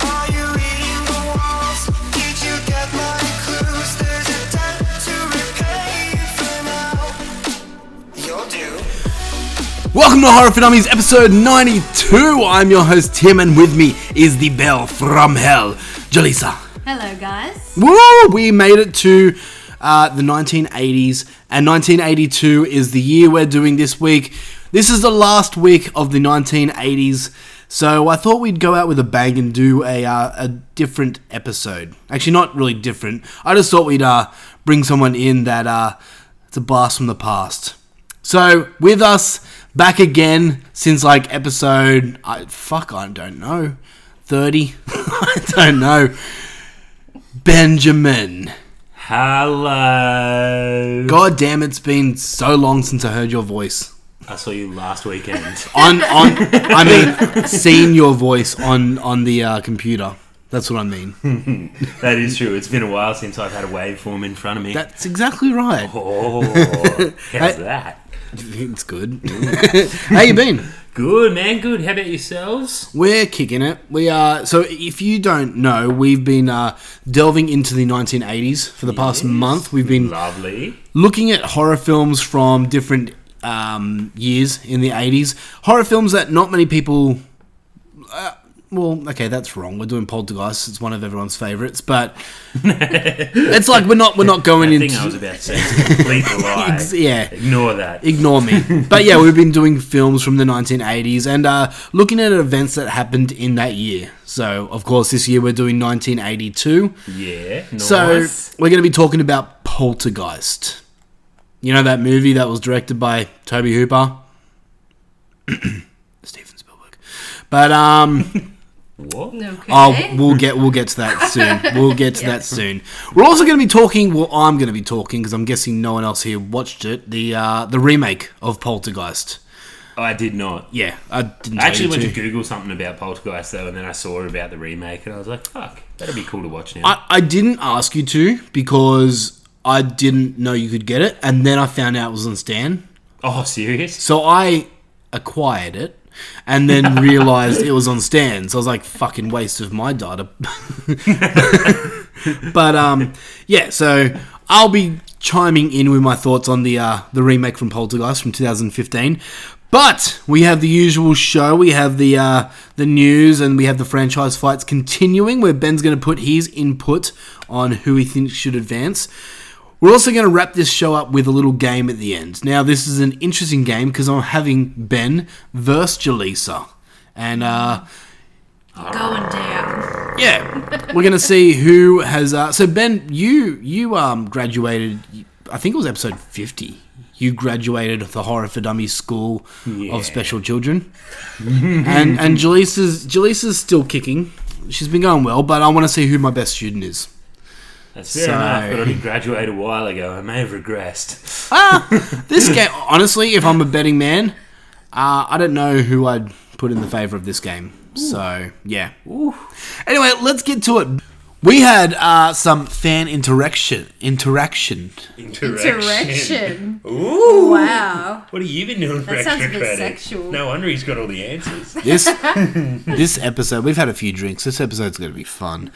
Are you reading the walls? Did you get my clues? There's a debt to repay for now. You'll do. Welcome to Horror for Dummies, episode 92. I'm your host Tim, and with me is the bell from hell, Jaleesa. Hello, guys. Woo! We made it to uh, the 1980s, and 1982 is the year we're doing this week. This is the last week of the 1980s, so I thought we'd go out with a bang and do a, uh, a different episode. Actually, not really different. I just thought we'd uh, bring someone in that uh, it's a blast from the past. So with us back again since like episode I, fuck I don't know thirty I don't know Benjamin. Hello. God damn, it's been so long since I heard your voice. I saw you last weekend. On on, I mean, seen your voice on on the uh, computer. That's what I mean. that is true. It's been a while since I've had a waveform in front of me. That's exactly right. oh, how's that? It's good. How you been? Good man, good. How about yourselves? We're kicking it. We are. So, if you don't know, we've been uh, delving into the 1980s for the past month. We've been lovely. looking at horror films from different um, years in the 80s. Horror films that not many people. Uh, well, okay, that's wrong. We're doing Poltergeist. It's one of everyone's favorites, but it's like we're not we're not going The thing I was into. about to say is a complete lie. Ex- e- yeah. Ignore that. Ignore me, but yeah, we've been doing films from the 1980s and uh, looking at events that happened in that year. So, of course, this year we're doing 1982. yeah. So nice. we're going to be talking about Poltergeist. You know that movie that was directed by Toby Hooper, Steven Spielberg. But um, what? Okay. oh, we'll get we'll get to that soon. We'll get to that soon. We're also going to be talking. Well, I'm going to be talking because I'm guessing no one else here watched it. The uh, the remake of Poltergeist. I did not. Yeah, I didn't. I tell actually you went to to. Google something about Poltergeist though, and then I saw about the remake, and I was like, "Fuck, that'd be cool to watch now." I, I didn't ask you to because I didn't know you could get it, and then I found out it was on Stan. oh, serious? So I acquired it and then realized it was on Stan. So I was like, fucking waste of my data. but um, yeah, so I'll be chiming in with my thoughts on the uh, the remake from Poltergeist from 2015. But we have the usual show. We have the uh, the news, and we have the franchise fights continuing, where Ben's going to put his input on who he thinks should advance. We're also going to wrap this show up with a little game at the end. Now, this is an interesting game because I'm having Ben versus Jaleesa. And, uh, Going down. yeah, we're going to see who has. Uh, so, Ben, you you um, graduated, I think it was episode 50. You graduated the Horror for Dummies School Yeah. of Special Children. and and Jaleesa's, Jaleesa's still kicking. She's been going well, but I want to see who my best student is. That's fair So- enough. But I did graduate a while ago. I may have regressed. This game, honestly, if I'm a betting man, uh, I don't know who I'd put in the favor of this game. So yeah. Anyway, let's get to it. We had uh, some fan interaction. Interaction. Direction. Ooh. Wow. What have you been doing for That sounds extra a bit credit? sexual. No wonder he's got all the answers. This this episode, we've had a few drinks. This episode's going to be fun.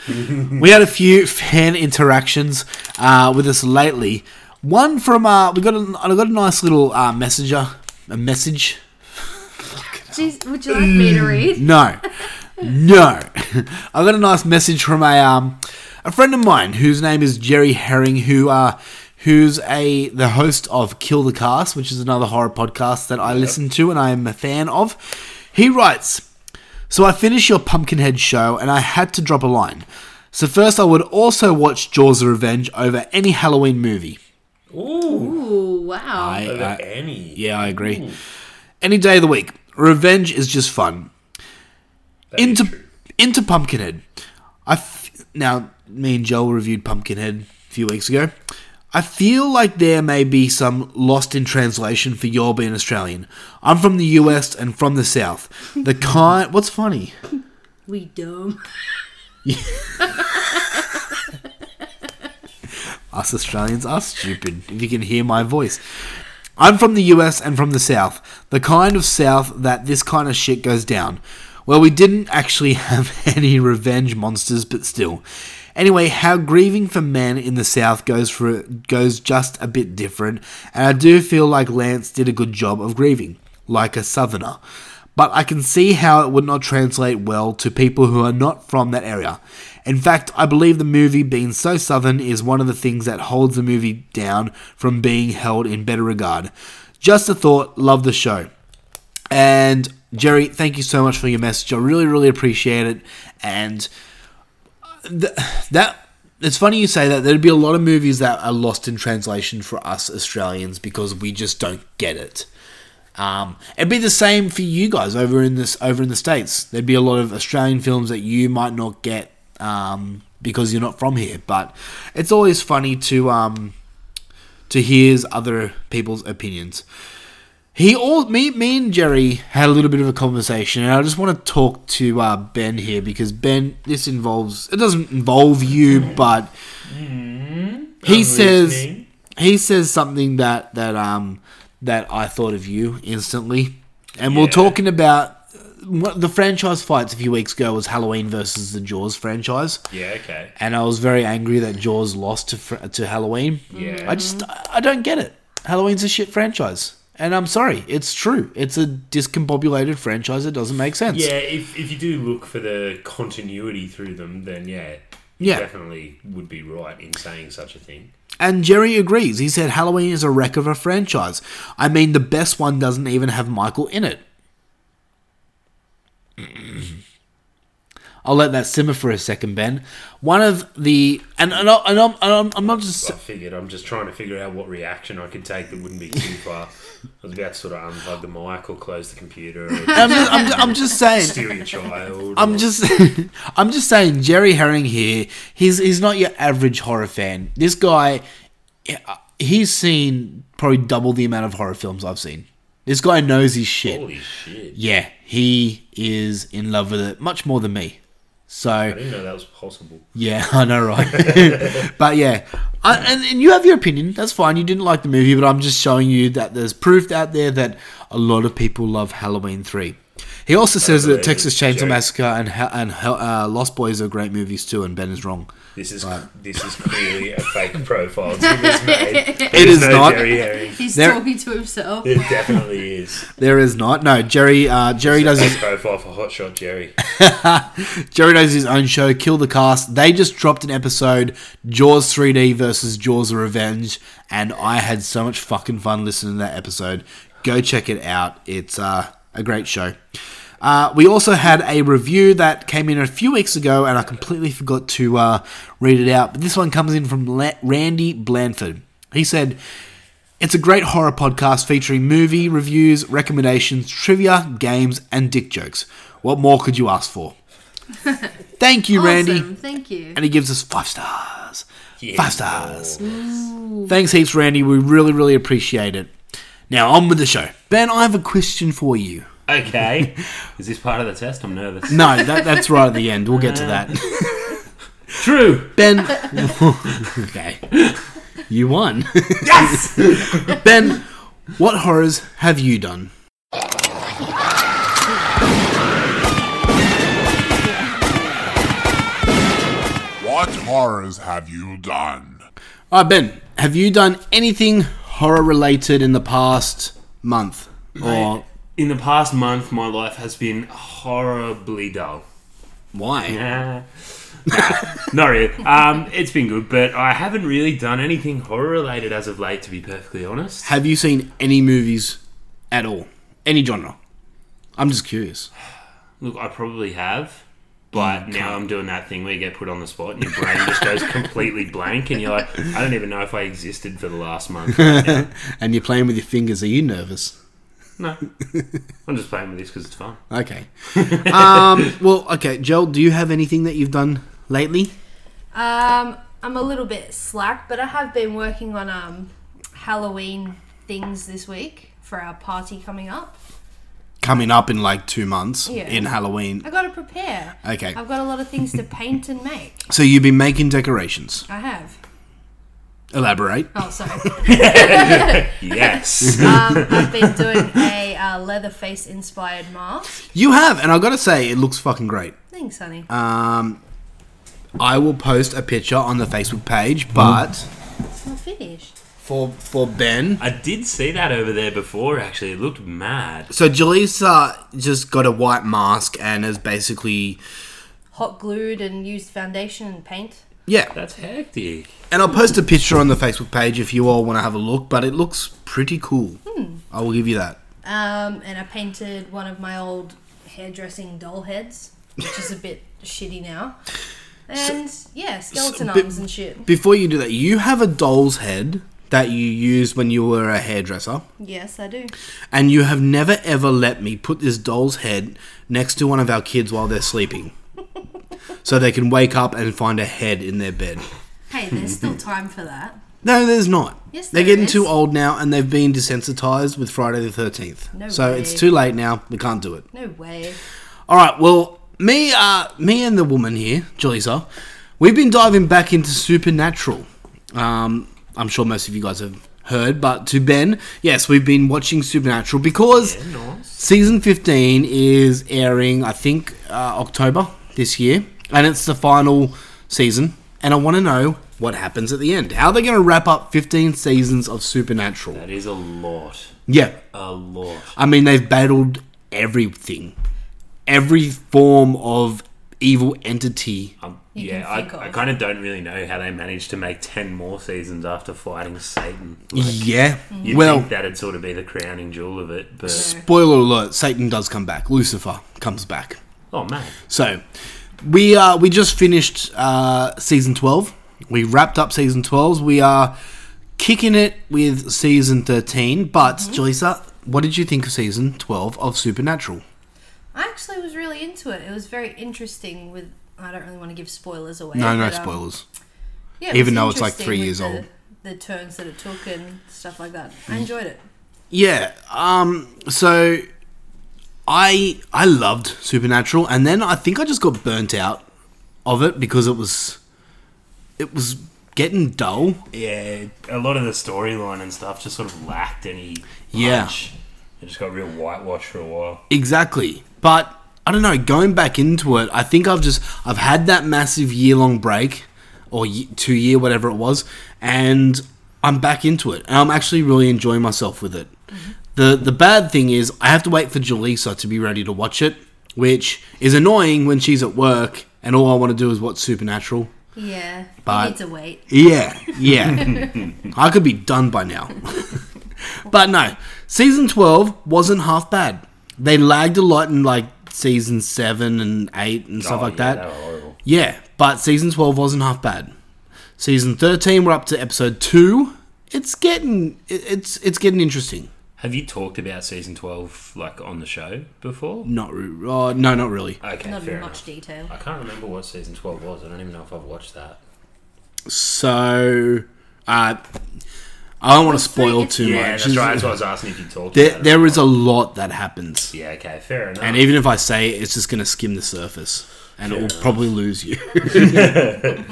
we had a few fan interactions uh, with us lately. One from uh, we got a, I got a nice little uh, messenger, a message Jeez, would you like me to read? No, no. I got a nice message from a um, a friend of mine whose name is Jerry Herring, who uh, who's a the host of Kill the Cast, which is another horror podcast that I listen to and I am a fan of. He writes, "So I finished your Pumpkinhead show and I had to drop a line. So first, I would also watch Jaws: of Revenge over any Halloween movie. Ooh, Ooh, wow. I- over I- any. Uh, yeah, I agree. Any day of the week, revenge is just fun. That is into true. into Pumpkinhead. I f- now me and Joel reviewed Pumpkinhead a few weeks ago. I feel like there may be some lost in translation for your being Australian. I'm from the US and from the South. The kind. What's funny? we dumb. Us Australians are stupid. If you can hear my voice. I'm from the US and from the South. The kind of South that this kind of shit goes down. Well, we didn't actually have any revenge monsters, but still. Anyway, how grieving for men in the South goes for goes just a bit different, and I do feel like Lance did a good job of grieving, like a Southerner. But I can see how it would not translate well to people who are not from that area. In fact, I believe the movie being so southern is one of the things that holds the movie down from being held in better regard. Just a thought, love the show. And Jerry, thank you so much for your message. I really, really appreciate it. And th- that it's funny you say that. There'd be a lot of movies that are lost in translation for us Australians because we just don't get it. Um, it'd be the same for you guys over in this over in the states. There'd be a lot of Australian films that you might not get um, because you're not from here. But it's always funny to um, to hear other people's opinions. He all me me and Jerry had a little bit of a conversation, and I just want to talk to uh, Ben here because Ben, this involves it doesn't involve you, but he says listening. he says something that that um that I thought of you instantly, and we're talking about uh, one- the franchise fights a few weeks ago was Halloween versus the Jaws franchise Yeah, okay. and I was very angry that Jaws lost to fr- to Halloween. Yeah. I just I don't get it. Halloween's a shit franchise, and I'm sorry, it's true. It's a discombobulated franchise. It doesn't make sense. Yeah, if, if you do look for the continuity through them, then yeah, you Yeah. definitely would be right in saying such a thing. And Jerry agrees. He said Halloween is a wreck of a franchise. I mean, the best one doesn't even have Michael in it. I'll let that simmer for a second, Ben. One of the and and, I, and, I'm, and I'm I'm not just I figured I'm just trying to figure out what reaction I could take that wouldn't be too far. I was about to sort of unplug the mic or close the computer or I'm just, I'm just, I'm just saying steal your child. I'm or- just, I'm just saying, Jerry Herring here. He's he's not your average horror fan. This guy, he's seen probably double the amount of horror films I've seen. This guy knows his shit. holy shit! Yeah, he is in love with it much more than me. I So didn't know that was possible. yeah, I know, right? but yeah, I, and, and you have your opinion. That's fine. You didn't like the movie, but I'm just showing you that there's proof out there that a lot of people love Halloween Three. He also says that believe Texas it, Chainsaw Jake. Massacre and Ha- and Hel- uh, Lost Boys are great movies too, and Ben is wrong. This is this is clearly a fake profile Tim has made. It is not. Jerry Herring. He's There- talking to himself. It definitely is. There is not. No, Jerry. Uh, Jerry does Fake his profile for Hotshot Jerry. Jerry does his own show, Kill the Cast. They just dropped an episode, Jaws 3D versus Jaws of Revenge, and I had so much fucking fun listening to that episode. Go check it out. It's uh, a great show. Uh, we also had a review that came in a few weeks ago, and I completely forgot to uh, read it out. But this one comes in from La- Randy Blanford. He said, it's a great horror podcast featuring movie reviews, recommendations, trivia, games, and dick jokes. What more could you ask for? Thank you, Awesome, Randy. thank you. And he gives us five stars. Yeah. Five stars. Thanks heaps, Randy. We really, really appreciate it. Now, on with the show. Ben, I have a question for you. Okay. Is this part of the test? I'm nervous. No, that, that's right at the end. We'll get to that. True. Ben. okay. You won. Yes! ben, what horrors have you done? What horrors have you done? All right, Ben, have you done anything horror related in the past month? Or In the past month, my life has been horribly dull. why? Ah. Not really. Um, it's been good, but I haven't really done anything horror related as of late, to be perfectly honest. Have you seen any movies at all? Any genre? I'm just curious. Look, I probably have, but now I'm doing that thing where you get put on the spot and your brain just goes completely blank, and you're like, I don't even know if I existed for the last month. And you're playing with your fingers. Are you nervous? No, I'm just playing with this because it's fun. Okay. um, well, okay, Joel, do you have anything that you've done lately? Um, I'm a little bit slack, but I have been working on um, Halloween things this week for our party coming up. Coming up in like two months Yeah. in Halloween. I got to prepare. Okay. I've got a lot of things to paint and make. So you've been making decorations. I have. Elaborate. Oh, sorry. Yes. Um, I've been doing a uh, Leatherface inspired mask. You have, and I gotta say, it looks fucking great. Thanks, honey. Uh, I will post a picture on the Facebook page, but it's not finished. for for Ben, I did see that over there before, actually. It looked mad. so Jaleesa just got a white mask and is basically Hot glued and used foundation and paint. yeah. That's hectic. And I'll post a picture on the Facebook page if you all want to have a look, but it looks pretty cool. I will give you that. Um, and I painted one of my old hairdressing doll heads, which is a bit shitty now. And yeah, skeleton so- but- arms and shit. Before you do that, you have a doll's head that you used when you were a hairdresser, Yes, I do. and you have never ever let me put this doll's head next to one of our kids while they're sleeping. so they can wake up and find a head in their bed. Hey, there's still time for that. No, there's not. Yes, They're there getting is. too old now and they've been desensitized with Friday the 13th. No so way. it's too late now. We can't do it. No way. All right, well, me uh, me and the woman here, Julissa, we've been diving back into Supernatural. Um, I'm sure most of you guys have heard, but to Ben, yes, we've been watching Supernatural because season 15 is airing, I think, uh, October this year, and it's the final season. And I want to know what happens at the end. How are they going to wrap up 15 seasons of Supernatural? That is a lot. Yeah, A lot. I mean, they've battled everything, every form of evil entity. Um, You yeah, can think I, I of. kind of don't really know how they managed to make 10 more seasons after fighting Satan. yeah. You'd Well, think that'd sort of be the crowning jewel of it, but. spoiler alert: Satan does come back. Lucifer comes back. Oh, man. So, we uh, we just finished uh, season twelve. We wrapped up season twelve. We are kicking it with season thirteen. But Jaleesa, what did you think of season twelve of Supernatural? I actually was really into it. It was very interesting. With I don't really want to give spoilers away. No, no but, um, spoilers. yeah, it even was though it's, like, interesting three with years the- old. Mm. The turns that it took and stuff like that. I enjoyed it. Yeah. Um. So, I I loved Supernatural, and then I think I just got burnt out of it because it was it was getting dull. Yeah, a lot of the storyline and stuff just sort of lacked any. Yeah. punch. It just got real whitewashed for a while. Exactly. But I don't know. Going back into it, I think I've just I've had that massive year long break or ye- two year whatever it was, and I'm back into it, and I'm actually really enjoying myself with it. The the bad thing is I have to wait for Jaleesa to be ready to watch it, which is annoying when she's at work and all I want to do is watch Supernatural. Yeah, But- you need to wait. Yeah, yeah. I could be done by now. but no, season 12 wasn't half bad. They lagged a lot in like season 7 and 8 and stuff Oh, like yeah, that. They were horrible. Yeah, but season 12 wasn't half bad. Season 13 we're up to episode 2. It's getting it- it's it's getting interesting. Have you talked about season 12, like, on the show before? Not re- uh, no, not really. Okay, Not fair in much enough. detail. I can't remember what season 12 was. I don't even know if I've watched that. So uh I don't want to spoil it's too three- Yeah, much. that's right. That's why I was asking if you talked There, about there is a lot that happens. it. Yeah, okay, fair enough. And even if I say it, it's just going to skim the surface, and it will probably lose you.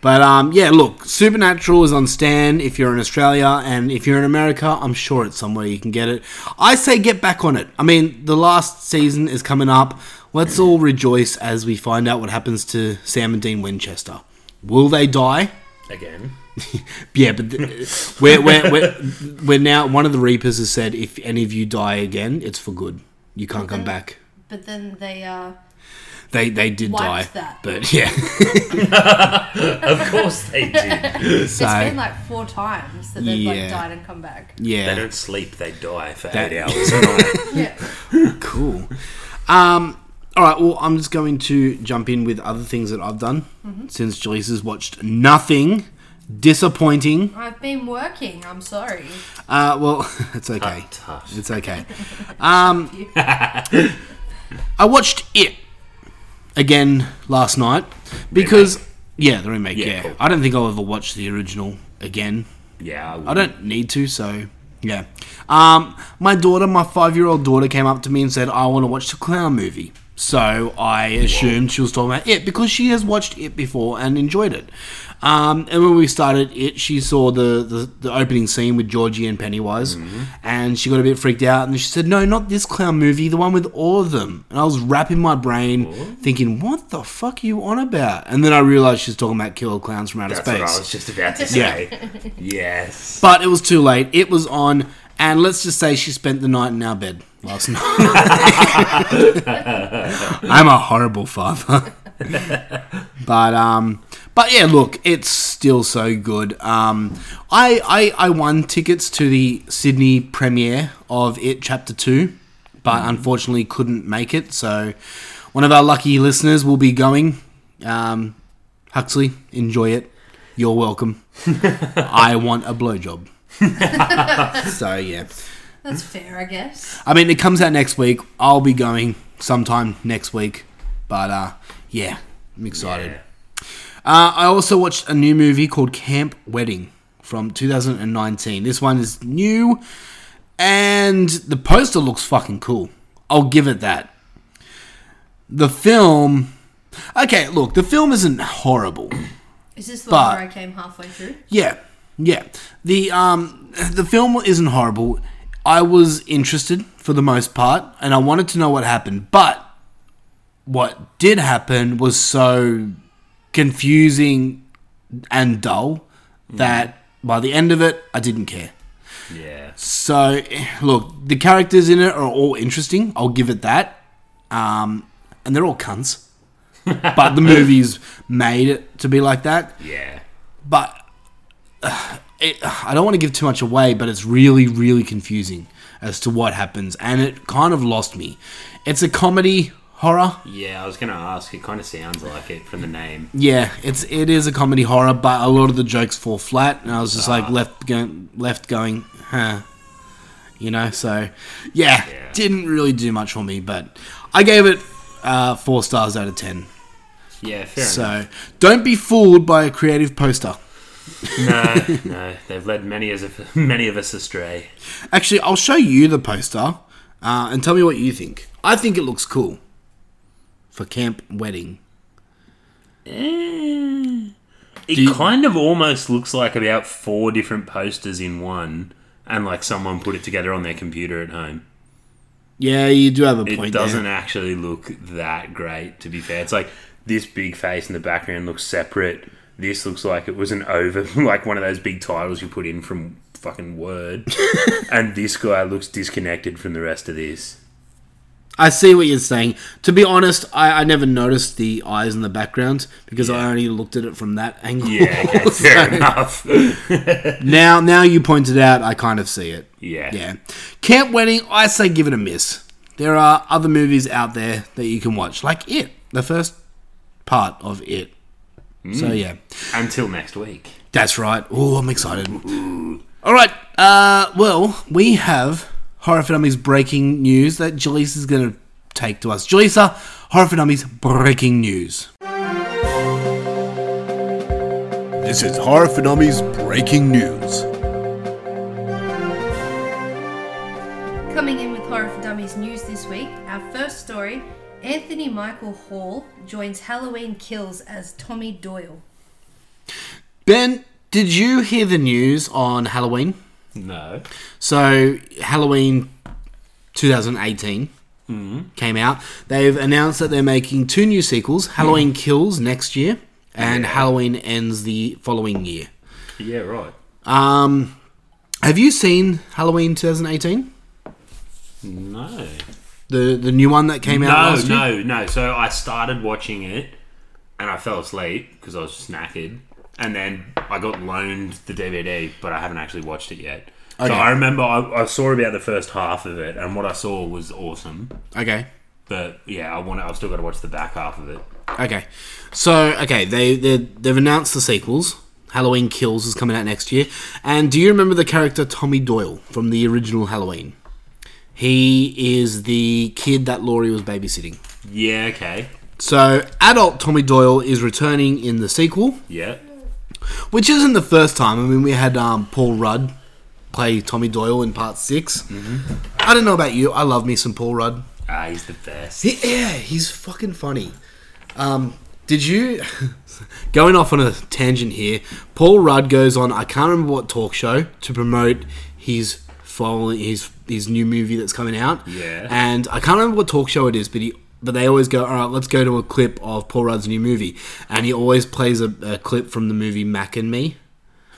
but um, yeah, look, Supernatural is on Stan if you're in Australia, and if you're in America, I'm sure it's somewhere you can get it. I say get back on it. I mean, the last season is coming up. Let's all rejoice as we find out what happens to Sam and Dean Winchester. Will they die? Again. Yeah, but th- we're, we're, we're, we're now one of the Reapers has said if any of you die again, it's for good. You can't come back. But then they uh, They they did die, Wiped that. but yeah. Of course they do. It's So- been like four times that they've Yeah. like died and come back. they Yeah, don't sleep, they die for That- eight hours a night. Yeah. cool. Um, all right. Well, I'm just going to jump in with other things that I've done since Jaleesa's has watched nothing disappointing. I've been working, I'm sorry. Uh, well, it's okay. Tough. It's okay. Um, I watched it again last night because yeah, the remake. Yeah, Yeah, cool. I don't think I'll ever watch the original again. Yeah, I don't need to, so yeah. Um, my daughter, my five-year-old daughter, came up to me and said, "I want to watch the clown movie." So I assumed she was talking about it because she has watched it before and enjoyed it. Um, and when we started it, she saw the, the, the opening scene with Georgie and Pennywise, Mm-hmm. and she got a bit freaked out. And she said, "No, not this clown movie, the one with all of them." And I was wrapping my brain, thinking, "What the fuck are you on about?" And then I realized she's talking about Killer Clowns from Outer That's Space. what I was just about to say. Yes. But it was too late. It was on, and let's just say she spent the night in our bed last night. I'm a horrible father. but um but yeah, look, it's still so good. Um I I, I won tickets to the Sydney premiere of It Chapter 2, but unfortunately couldn't make it. So one of our lucky listeners will be going. Um Huxley, enjoy it. You're welcome. I want a blowjob. so yeah, That's fair, I guess. I mean it comes out next week. I'll be going sometime next week, but uh, yeah, I'm excited. Uh, I also watched a new movie called Camp Wedding from 2019. This one is new, and the poster looks fucking cool. I'll give it that. The film, okay, look, the film isn't horrible. Is this the But- one where I came halfway through? Yeah, yeah. The um the film isn't horrible. I was interested for the most part, and I wanted to know what happened. But what did happen was so confusing and dull that by the end of it, I didn't care. Yeah. So, eh, look, the characters in it are all interesting. I'll give it that. Um, and they're all cunts. but the movie's made it to be like that Yeah. but uh, it, I don't want to give too much away, but it's really, really confusing as to what happens, and it kind of lost me. It's a comedy horror. Yeah, I was going to ask. It kind of sounds like it from the name. Yeah, it's it is a comedy horror, but a lot of the jokes fall flat, and I was just Ah. like left going, left going, huh, you know. So, yeah, Yeah. didn't really do much for me, but I gave it uh, four stars out of ten. Yeah, fair enough. So, don't be fooled by a creative poster. No, no, they've led many as of, many of us astray. Actually, I'll show you the poster uh, and tell me what you think. I think it looks cool for camp wedding. It kind of almost looks like about four different posters in one, and like someone put it together on their computer at home. Yeah, you do have a It point. doesn't There. actually look that great, to be fair. It's like this big face in the background looks separate. This looks like it was an over, like one of those big titles you put in from fucking Word. and this guy looks disconnected from the rest of this. I see what you're saying. To be honest, I, I never noticed the eyes in the background because I only looked at it from that angle. Yeah, okay, fair So enough. now, now you pointed out, I kind of see it. yeah. Yeah. Camp Wedding, I say give it a miss. There are other movies out there that you can watch, like It, the first part of It. So, Mm. yeah. Until next week. That's right. Oh, I'm excited. All right. Uh, well, we have Horror for Dummies breaking news that Jaleesa is going to take to us. Jaleesa, Horror for Dummies breaking news. This is Horror for Dummies breaking news. Coming in with Horror for Dummies news this week, our first story Anthony Michael Hall joins Halloween Kills as Tommy Doyle. Ben, did you hear the news on Halloween? No. So Halloween 2018 came out. They've announced that they're making two new sequels: Halloween Kills next year, and Halloween Ends the following year. Yeah, right. Um, have you seen Halloween 2018? No. The the new one that came out No, last year? no, no. So I started watching it, and I fell asleep because I was just knackered. And then I got loaned the DVD, but I haven't actually watched it yet. Okay. So I remember I, I saw about the first half of it, and what I saw was awesome. Okay. But yeah, I want. I've still got to watch the back half of it. Okay. So, okay, they they they've announced the sequels. Halloween Kills is coming out next year. And do you remember the character Tommy Doyle from the original Halloween? He is the kid that Laurie was babysitting. Yeah. Okay. So, adult Tommy Doyle is returning in the sequel, Yeah. which isn't the first time. I mean, we had um, Paul Rudd play Tommy Doyle in part 6 Mm-hmm. I don't know about you. I love me some Paul Rudd. Ah, he's the best. He, yeah, he's fucking funny. Um, did you going off on a tangent here? Paul Rudd goes on I can't remember what talk show to promote his following his his new movie that's coming out. Yeah. and I can't remember what talk show it is, but he. But they always go, all right, let's go to a clip of Paul Rudd's new movie. And he always plays a, a clip from the movie Mac and Me.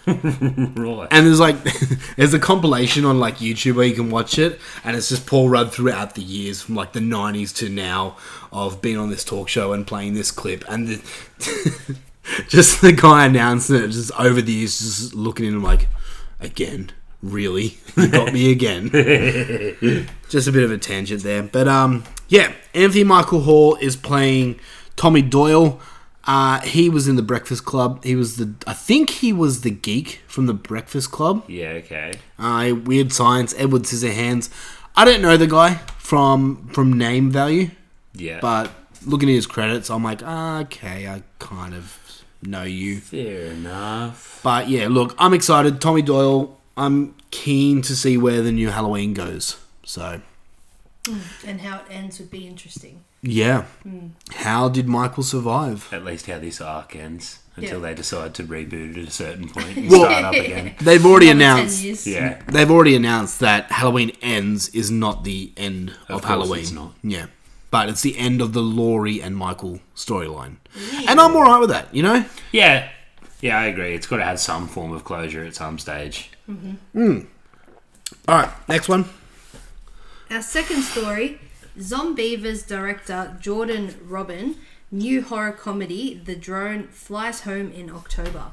Right. And there's like, there's a compilation on like YouTube where you can watch it, and it's just Paul Rudd throughout the years, from like the '90s to now, of being on this talk show and playing this clip, and the, just the guy announcing it, just over the years, just looking at him like, again, really, you got me again. just a bit of a tangent there, but um, yeah, Anthony Michael Hall is playing Tommy Doyle. Uh, he was in the Breakfast Club. He was the, I think he was the geek from the Breakfast Club. Yeah. Okay. Uh, Weird Science, Edward Scissorhands. I don't know the guy from from name value, Yeah. but looking at his credits, I'm like, "Ah, okay, I kind of know you. fair enough. But yeah, look, I'm excited. Tommy Doyle. I'm keen to see where the new Halloween goes. So and how it ends would be interesting. yeah, how did Michael survive? At least how this arc ends until Yeah. they decide to reboot it at a certain point and Well- start up again. They've already Another 10 announced. years. Yeah. They've already announced that Halloween Ends is not the end of, course Halloween. it's not. Yeah. But it's the end of the Laurie and Michael storyline. And I'm alright with that, you know? Yeah. Yeah, I agree. It's got to have some form of closure at some stage. Alright, next one. Our second story Zombievers director Jordan Robin, new horror comedy The Drone flies home in October.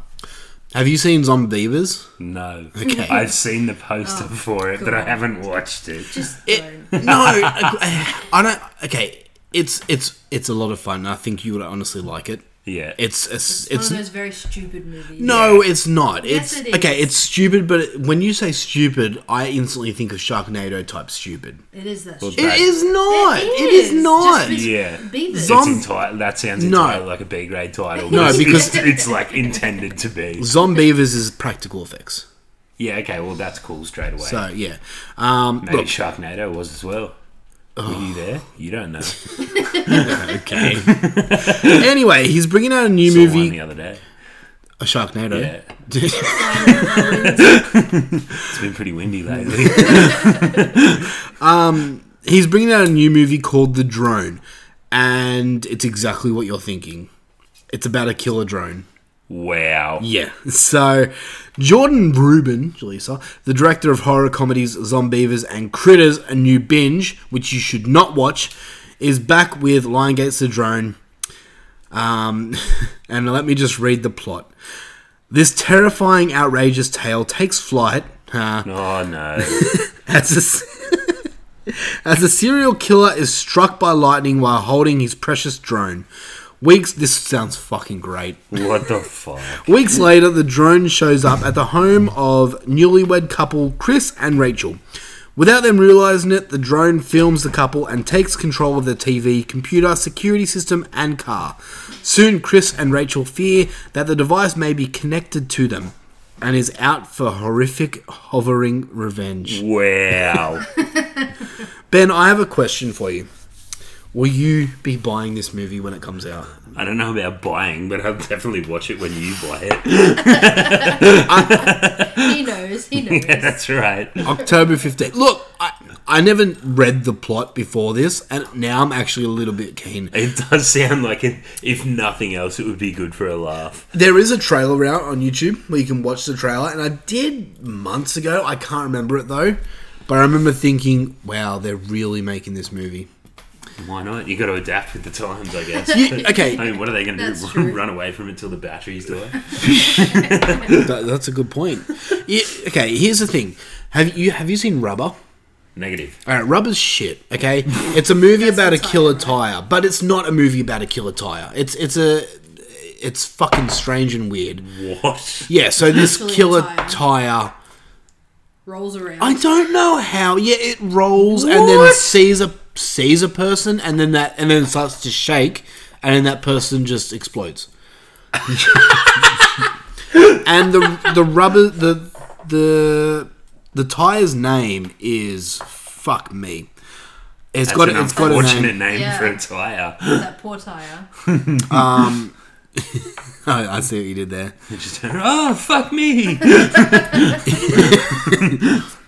Have you seen Zombievers? No. Okay. I've seen the poster for it, but I haven't watched it. Just drone. no, I I don't okay. It's it's it's a lot of fun. I think you would honestly like it. Yeah. It's it's One of it's, those very stupid movies. no, it's not. Yes, it's it is. okay. It's stupid, but it- when you say stupid, I instantly think of Sharknado type stupid. It is that Well, stupid. It Right. is not. it is, just not. with Yeah. Beavers. Zom- it's enti- that sounds No. entirely like a B grade title. No, It's- because- it's, it's like intended to be. Zombievers is practical effects. Yeah, okay, well, that's cool straight away. So yeah, um, Maybe look, Sharknado was as well. Were you there? You don't know. Saw okay. anyway, he's bringing out a new one movie, the other day. a Sharknado. Yeah. It's been pretty windy lately. he's bringing out a new movie called The Drone, and it's exactly what you're thinking. It's about a killer drone. wow. Yeah. So, Jordan Rubin, Julissa, the director of horror comedies Zombievers and Critters, A New Binge, which you should not watch, is back with Lion the Drone. Um, and let me just read the plot. This terrifying, outrageous tale takes flight. huh, Oh, no. as a, as a serial killer is struck by lightning while holding his precious drone. Weeks, this sounds fucking great. What the fuck? Weeks later, the drone shows up at the home of newlywed couple Chris and Rachel. Without them realizing it, the drone films the couple and takes control of their TV, computer, security system, and car. Soon, Chris and Rachel fear that the device may be connected to them and is out for horrific, hovering revenge. Wow. Ben, I have a question for you. Will you be buying this movie when it comes out? I don't know about buying, but I'll definitely watch it when you buy it. He knows. He knows. That's right. October 15th. Look, I, I never read the plot before this, and now I'm actually a little bit keen. It does sound like it. If nothing else, it would be good for a laugh. There is a trailer out on YouTube where you can watch the trailer, and I did months ago. I can't remember it though, But I remember thinking, wow, they're really making this movie. Why not? You got to adapt with the times, I guess. You- okay, I mean, what are they going to That's do? true. Run away from it till the batteries die? that, that's a good point. Yeah, okay, here's the thing. Have you have you seen Rubber? Negative. All right, rubber's shit. Okay, it's a movie about a the killer tire, but it's not a movie about a killer tire. It's it's a it's fucking strange and weird. What? Yeah, so this Actually a killer tire. tire. Rolls around. I don't know how. Yeah, it rolls and then What? sees a sees a person, and then that and then it starts to shake, and then that person just explodes. and the the rubber the the the tire's name is fuck me. It's That's got an a- it's got a unfortunate name. name Yeah. for a tire. that poor tire. Oh, I see what you did there. Just, oh, fuck me.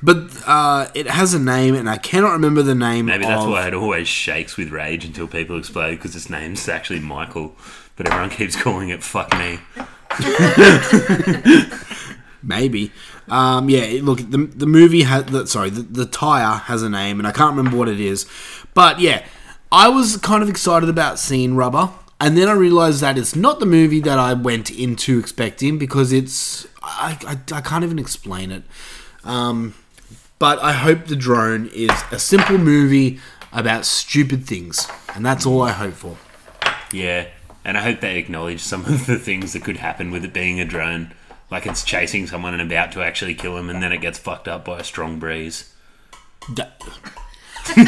But uh, it has a name, and I cannot remember the name. Maybe that's of- why it always shakes with rage until people explode because its name's actually Michael, but everyone keeps calling it fuck me. Maybe. Um, yeah, it- look, the, the movie has, the, sorry, the, the tire has a name, and I can't remember what it is. But yeah, I was kind of excited about seeing Rubber, and then I realized that it's not the movie that I went into expecting because it's. I, I, I can't even explain it. Um, but I hope The Drone is a simple movie about stupid things, and that's all I hope for. Yeah, and I hope they acknowledge some of the things that could happen with it being a drone. Like it's chasing someone and about to actually kill him, and then it gets fucked up by a strong breeze. D- Please.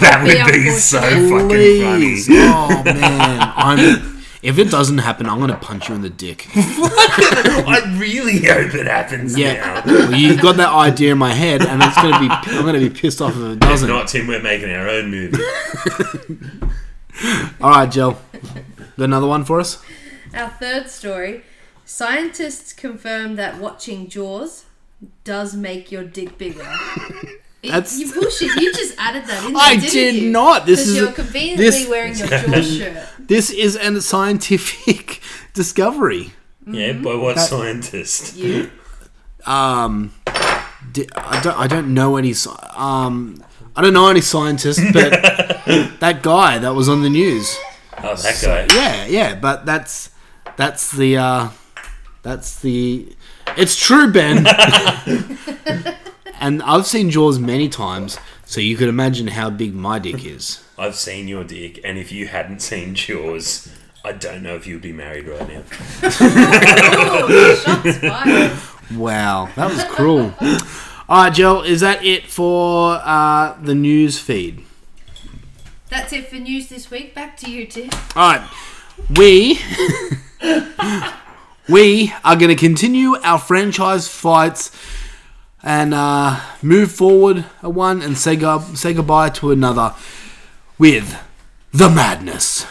That Be would be so fucking funny. Please. Oh man, I'm. If it doesn't happen, I'm gonna punch you in the dick. I really hope it happens Yeah, now. well, you got that idea in my head, and it's gonna be. I'm gonna be pissed off if it It's doesn't. not Tim, we're making our own movie. All right, Jill. Got another one for us? Our third story scientists confirm that watching Jaws does make your dick bigger. It- That's- you bullshit. You just added that in there, I didn't did you? not. This Because is you're a- conveniently this- wearing your Jaws shirt. This is a scientific discovery. yeah, by what scientist? Oh, You. Um, di- I don't. I don't know any. sci- Um, I don't know any scientists, but that guy that was on the news. Oh, that guy. Yeah, yeah, but that's that's the uh that's the it's true, Ben. and I've seen Jaws many times, so you could imagine how big my dick is. I've seen your dick, and if you hadn't seen yours, I don't know if you'd be married right now. Oh, shots fired. Wow, that was cruel. All right, Joel, is that it for uh, the news feed? That's it for news this week. Back to you, Tim. All right, we we are going to continue our franchise fights and uh, move forward a one and say go- say goodbye to another with the madness.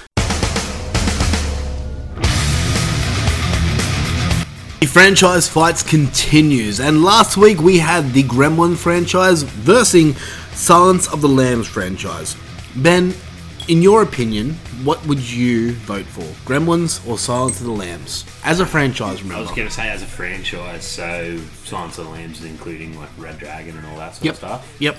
The franchise fights continues, and last week we had the Gremlin franchise versing Silence of the Lambs franchise. Ben, in your opinion, what would you vote for, Gremlins or Silence of the Lambs, as a franchise? I was Remember, going to say as a franchise, so Silence of the Lambs, including like Red Dragon and all that sort Yep. of stuff. yep,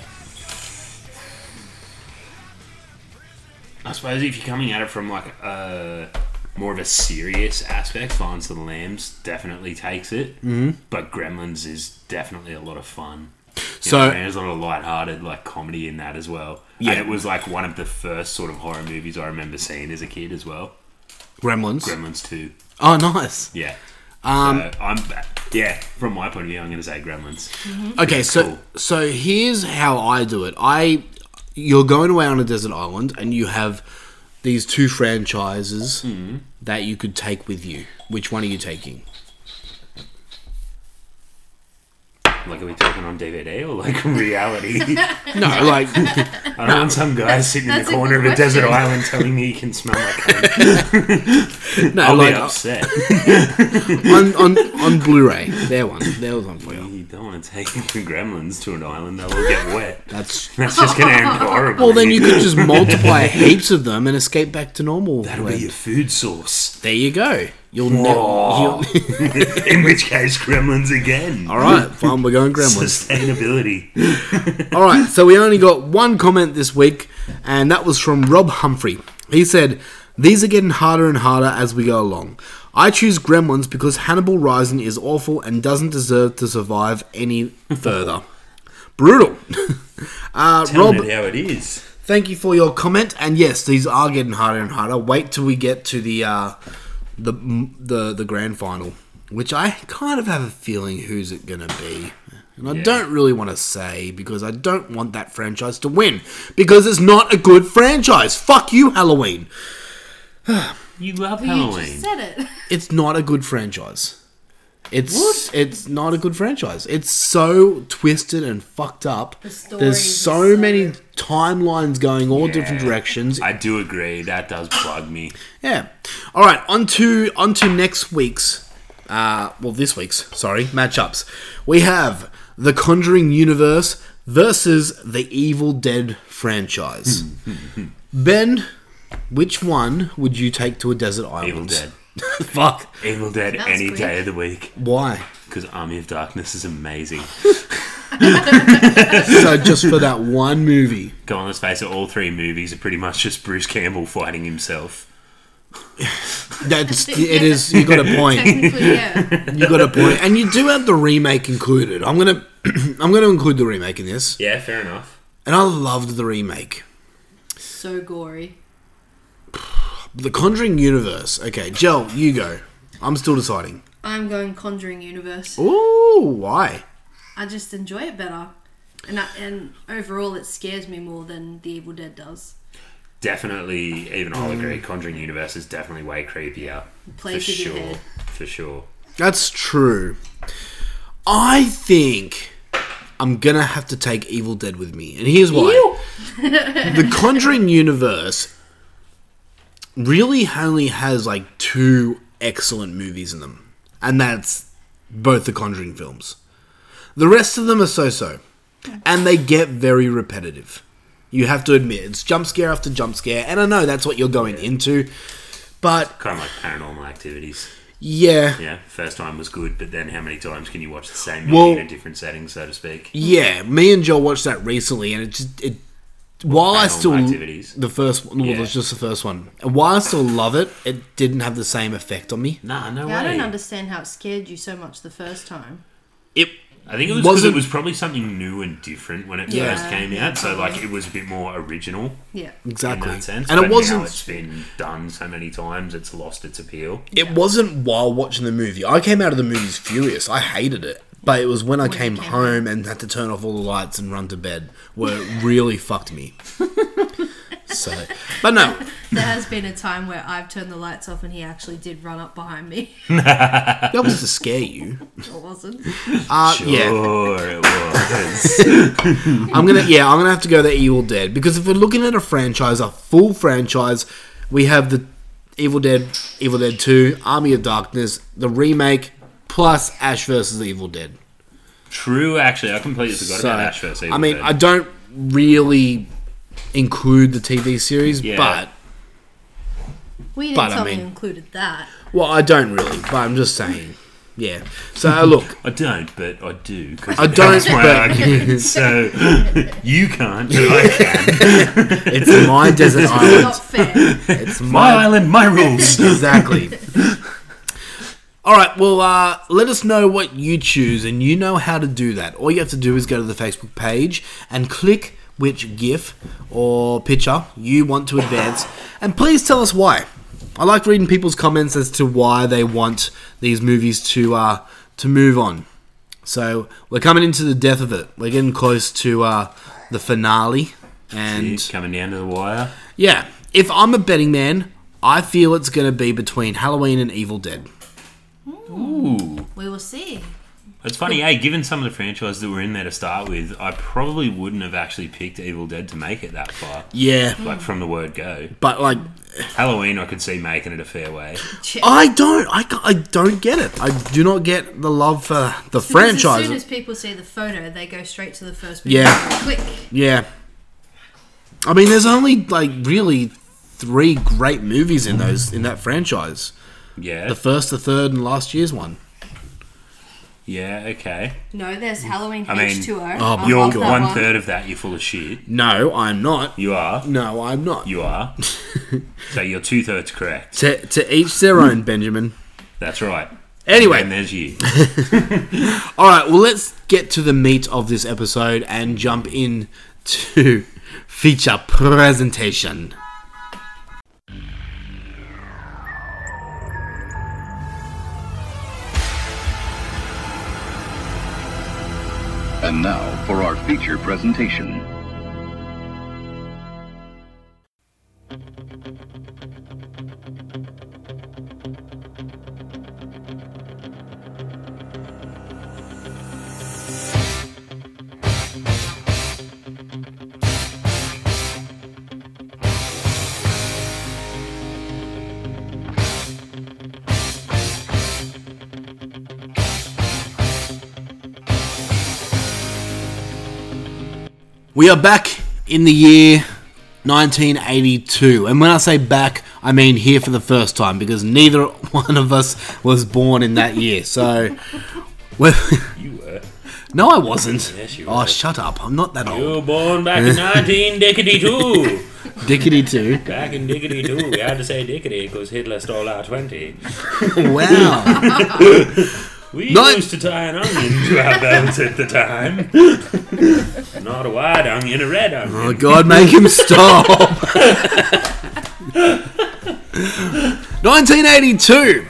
I suppose if you're coming at it from like a more of a serious aspect, Silence of the Lambs definitely takes it. Mm-hmm. But Gremlins is definitely a lot of fun. You So- know, and there's a lot of light-hearted like comedy in that as well. Yeah. and it was like one of the first sort of horror movies I remember seeing as a kid as well. Gremlins. Gremlins Two, oh, nice. yeah. Um, I'm yeah. From my point of view, I'm going to say Gremlins. Okay, so cool. so here's how I do it. I you're going away on a desert island and you have these two franchises that you could take with you. Which one are you taking? Like, are we talking on DVD or like reality? No, like I don't want some guy sitting in the that's a corner of good a desert question. island telling me he can smell my cum. no, I'll be like uh, upset. on, on on Blu-ray. There one. There was one for you. you don't want to take the gremlins to an island; they will get wet. That's That's just going to end horribly. well. Then you could just multiply heaps of them and escape back to normal. That'll be your food source. There you go. You'll never. In which case, Gremlins again. All right, fine. We're going Gremlins. Sustainability. All right, so we only got one comment this week, and that was from Rob Humphrey. He said, These are getting harder and harder as we go along. I choose Gremlins because Hannibal Rising is awful and doesn't deserve to survive any further. Brutal. uh, Rob, Rob, how it is. thank you for your comment. And yes, these are getting harder and harder. Wait till we get to the uh, the the the grand final, which I kind of have a feeling who's it gonna be. And I don't really want to say because I don't want that franchise to win because it's not a good franchise. Fuck you, Halloween. You love You just said it. It's not a good franchise. It's it's not a good franchise. It's so twisted and fucked up. There's stories so are many timelines going all different directions. I do agree. That does bug me. Yeah. All right. On to on to next week's, uh, well, this week's sorry matchups. We have the Conjuring universe versus the Evil Dead franchise. ben, which one would you take to a desert island? Evil Dead. Fuck. Evil Dead That was any quick. day of the week Why? because Army of Darkness is amazing. So just for that one movie. Come on, let's face it. All three movies are pretty much just Bruce Campbell fighting himself. That's it is. You got a point. Technically, yeah. You got a point. And you do have the remake included. I'm gonna I'm gonna include the remake in this. Yeah, fair enough. And I loved the remake. So gory. The Conjuring universe. Okay, Jel, you go. I'm still deciding. I'm going Conjuring Universe. Ooh, why? I just enjoy it better. And, I, and overall, it scares me more than The Evil Dead does. Definitely, even Mm. I'll agree. Conjuring Universe is definitely way creepier. For Plays with your sure. head. For sure. That's true. I think I'm gonna have to take Evil Dead with me, and here's why: the Conjuring universe really only has like two excellent movies in them, and that's both the Conjuring films. The rest of them are so-so, and they get very repetitive. You have to admit it's jump scare after jump scare, and I know that's what you're going into, but Kind of like paranormal activities. yeah, Yeah, first time was good, but then how many times can you watch the same movie Well- in a different setting, so to speak? Yeah, me and Joel watched that recently, and it just it. While I Paranormal still Activities. the first one, well, it Yeah. was just the first one. And while I still love it, it didn't have the same effect on me. Nah, no Yeah, I way. don't understand how it scared you so much the first time. It I think it was because Wasn't- it was probably something new and different when it Yeah. first came out. So like it was a bit more original Yeah. exactly, in that sense. and but it Now it's wasn't. been done so many times, it's lost its appeal. It wasn't while watching the movie. I came out of the movies furious. I hated it, but it was when I came home and had to turn off all the lights and run to bed where it really fucked me. So, but no, There has been a time where I've turned the lights off and he actually did run up behind me. that was to scare you. It wasn't. Uh, Yeah, Sure, it was. I'm gonna yeah, I'm gonna have to go the Evil Dead because if we're looking at a franchise, a full franchise, we have the Evil Dead, Evil Dead Two, Army of Darkness, the remake, plus Ash versus the Evil Dead. True, actually, I completely forgot So about Ash vs. Evil I mean, Dead. I don't really include the TV series, Yeah. but We didn't But, I tell me mean- you included that. well, I don't really. But I'm just saying, yeah. So look, I don't, but I do. 'cause I don't. that's my but argument. So you can't, but I can. it's my desert Not island. fair. It's My my island, my rules. exactly. All right, well, uh, let us know what you choose, and you know how to do that. All you have to do is go to the Facebook page and click which GIF or picture you want to advance, and please tell us why. I like reading people's comments as to why they want these movies to uh, to move on. So we're coming into the death of it. We're getting close to uh, the finale, and Coming down to the wire. yeah, if I'm a betting man, I feel it's going to be between Halloween and Evil Dead. Ooh. We will see. It's funny, hey, given some of the franchises that were in there to start with, I probably wouldn't have actually picked Evil Dead to make it that far. Yeah, Like from the word go. but like, Halloween, I could see making it a fair way. I don't, I, ca- I don't get it. I do not get the love for the Because As franchise. soon as people see the photo, they go straight to the first movie. Yeah. Click. yeah, I mean, there's only like really three great movies in those in that franchise. Yeah. The first, the third, and last year's one. yeah. Okay. No, there's Halloween I mean, H2O. oh my I'm You're off that one one. third of that. You're full of shit. No, I'm not. You are. No, I'm not. You are. so you're two thirds correct. To, to each their own, Benjamin. That's right. Anyway. and there's you. All right, well, let's get to the meat of this episode and jump in to feature presentation. And now for our feature presentation. We are back in the year 1982. And when I say back, I mean here for the first time because neither one of us was born in that year. So. We're, You were. no, I wasn't. Yes, you Oh, were. shut up. I'm not that You old. were born back in 1982. Dickety too. Back in diggity doo, we had to say diggity because Hitler stole our 20. Wow. We Nine- used to tie an onion to our belts at the time. Not a white onion, a red onion. Oh, God, make him stop. 1982.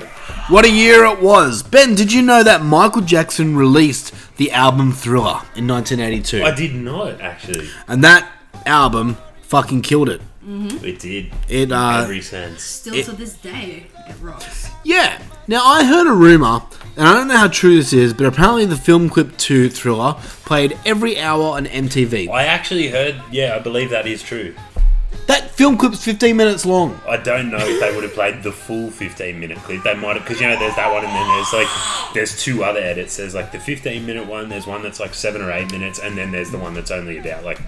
What a year it was. Ben, did you know that Michael Jackson released the album Thriller in 1982? I did not, actually. And that album fucking killed it. It did. It, uh, Every sense. Still to this day, it rocks. yeah. Now, I heard a rumor, and I don't know how true this is, but apparently the film clip to Thriller played every hour on MTV. I actually heard, yeah, I believe that is true. That film clip's 15 minutes long. I don't know if they would have played the full 15 minute clip. They might have, because you know, there's that one, and then there's like, there's two other edits. There's like the 15 minute one, there's one that's like seven or eight minutes, and then there's the one that's only about like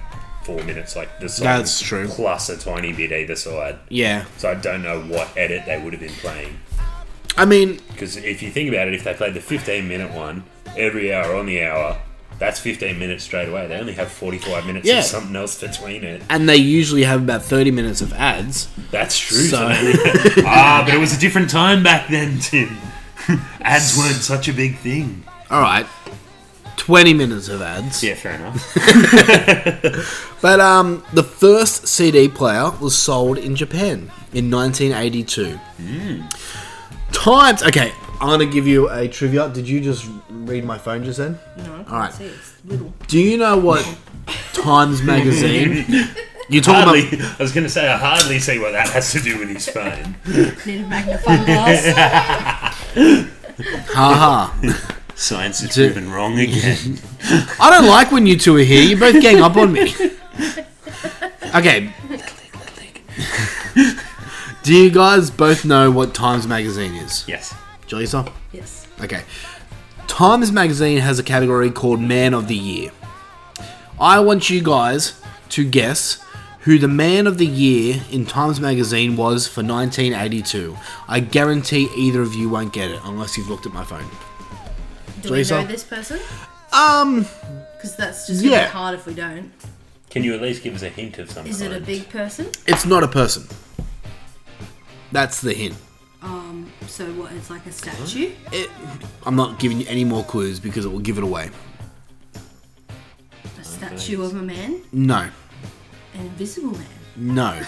four minutes, like the song. That's true. Plus a tiny bit either side. Yeah. So I don't know what edit they would have been playing. I mean, Because if you think about it, if they played the 15 minute one every hour on the hour, that's 15 minutes straight away. They only have 45 minutes Yeah. of something else between it. and they usually have about 30 minutes of ads. That's true. So- so- ah, but it was a different time back then, Tim. Ads weren't such a big thing. All right. 20 minutes of ads. Yeah, fair enough. But um, the first CD player was sold in Japan in 1982. Hmm. Times. Okay, I'm going to give you a trivia. Did you just read my phone just then? No, All right. see, it's little. Do you know what Times Magazine. You're talking Hardly, about. I was going to say, I hardly see what that has to do with his phone. Need a magnifying glass. Haha. Science is proven wrong again. I don't like when you two are here. You're both gang up on me. Okay. Do you guys both know what Times Magazine is? yes. Jaleesa? yes. Okay. Times Magazine has a category called Man of the Year. I want you guys to guess who the Man of the Year in Times Magazine was for 1982. I guarantee either of you won't get it unless you've looked at my phone. Do Teresa? we know this person? Um, Because that's just gonna Yeah. be hard if we don't. Can you at least give us a hint of something? Is it a big person? it's not a person. That's the hint. Um, so what? It's like a statue. It, I'm not giving you any more clues because it will give it away. A statue of a man? No. An invisible man? No.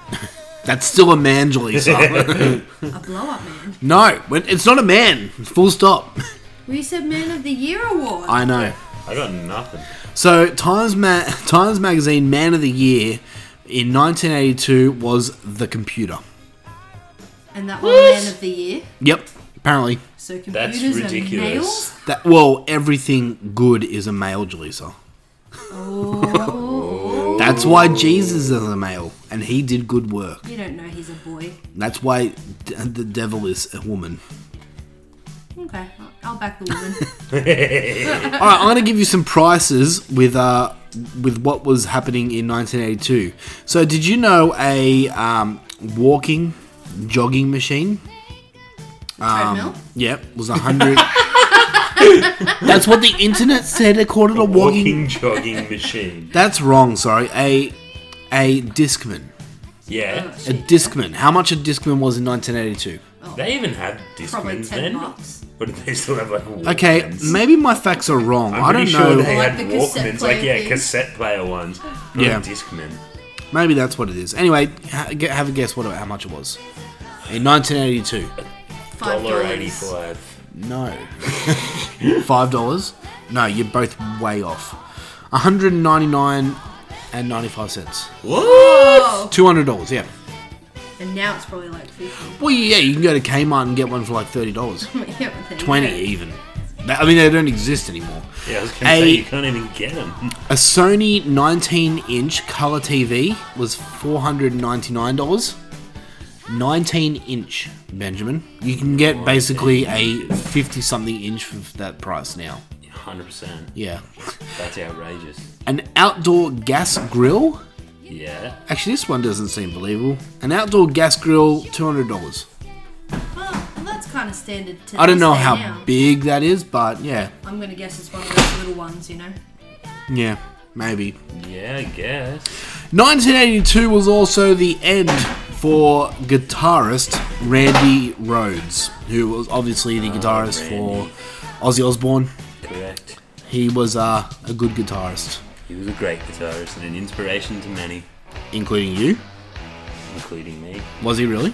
That's still a man, Jaleesa. A blow up man? no, when- it's not a man. Full stop. We said Man of the Year award. I know. I got nothing. So Times Ma- Times Magazine Man of the Year in 1982 was the computer. and that one Man of the Year. Yep, apparently. So That's computers and ridiculous. nails. That well, everything good is a male, Jaleesa. That's why Jesus is a male, and he did good work. You don't know he's a boy. That's why d- the devil is a woman. Okay, I'll- I'll back the woman. All right, I'm going to give you some prices with uh with what was happening in 1982. So, did you know a um, walking jogging machine treadmill. Yep, was a hundred. That's what the internet said. It called it a walking. Walking jogging machine. That's wrong. Sorry, a a discman. Oh, Yeah. A discman. How much a discman was in 1982? They even had Probably discmans 10 then. bucks. Or did they still have like Walkmans? Okay, maybe my facts are wrong. I'm I do pretty not sure know. they Like had the cassette Walkmans, player like yeah, things. cassette player ones, not Yeah. a Discman. Maybe that's what it is. Anyway, ha- ge- have a guess. What about how much it was in 1982? Five Dollar dollars. eighty-five. No, five dollars. No, you're both way off. 199 and 95 cents. Oh, Two hundred dollars. Yeah. and now it's probably like fifty. Well, yeah, you can go to Kmart and get one for like thirty dollars, Yeah, but there you twenty go. even. That- I mean, they don't exist anymore. Yeah, I was gonna A- say you can't even get them. A Sony 19-inch color TV was four hundred ninety-nine dollars. 19-inch, Benjamin. You can get basically a fifty-something inch for that price now. Hundred percent. Yeah. That's outrageous. An outdoor gas grill. Yeah. Actually, this one doesn't seem believable. An outdoor gas grill, two hundred dollars. Well, that's kind of standard. To I don't this know day how now. big that is, but yeah, I'm gonna guess it's one of those little ones, you know. yeah, maybe. Yeah, I guess. 1982 was also the end for guitarist Randy Rhodes, who was obviously the guitarist for Ozzy Osbourne. Correct. He was uh, a good guitarist, He was a great guitarist and an inspiration to many, including you. including me. Was he really?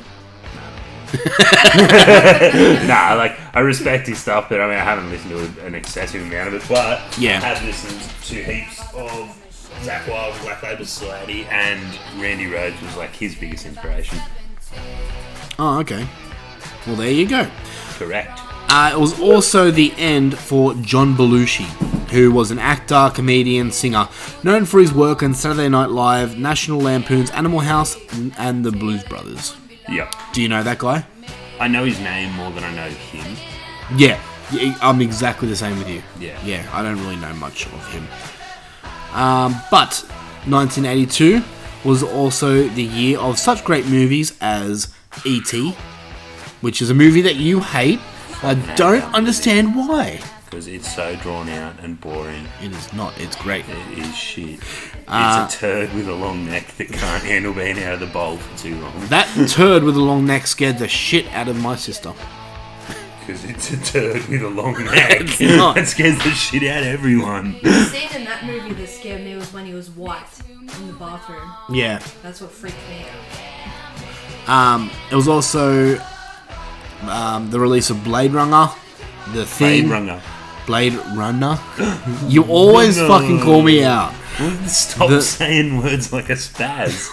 nah, like I respect his stuff, but I mean I haven't listened to an excessive amount of it. But Yeah. I have listened to heaps of Zach Wild, Black Label Society, and Randy Rhodes was like his biggest inspiration. Oh, okay. Well, there you go. Correct. Uh, it was also the end for John Belushi, who was an actor, comedian, singer, known for his work on Saturday Night Live, National Lampoon's Animal House, and The Blues Brothers. Yep. Do you know that guy? I know his name more than I know him. Yeah, y- I'm exactly the same with you. Yeah. yeah, I don't really know much of him. Um, but 1982 was also the year of such great movies as E.T., which is a movie that you hate. I don't understand why. Because it's so drawn out and boring. It is not. It's great. It is shit. Ah. it's a turd with a long neck that can't handle being out of the bowl for too long. That turd with a long neck scared the shit out of my sister. Because it's a turd with a long neck. It's not. That scares the shit out of everyone. The scene in that movie that scared me was when he was white in the bathroom. Yeah. That's what freaked me out. Um, it was also um, the release of Blade Runner. The Blade thing. Runner. Blade Runner. You always fucking call me out. Stop The- saying words like a spaz.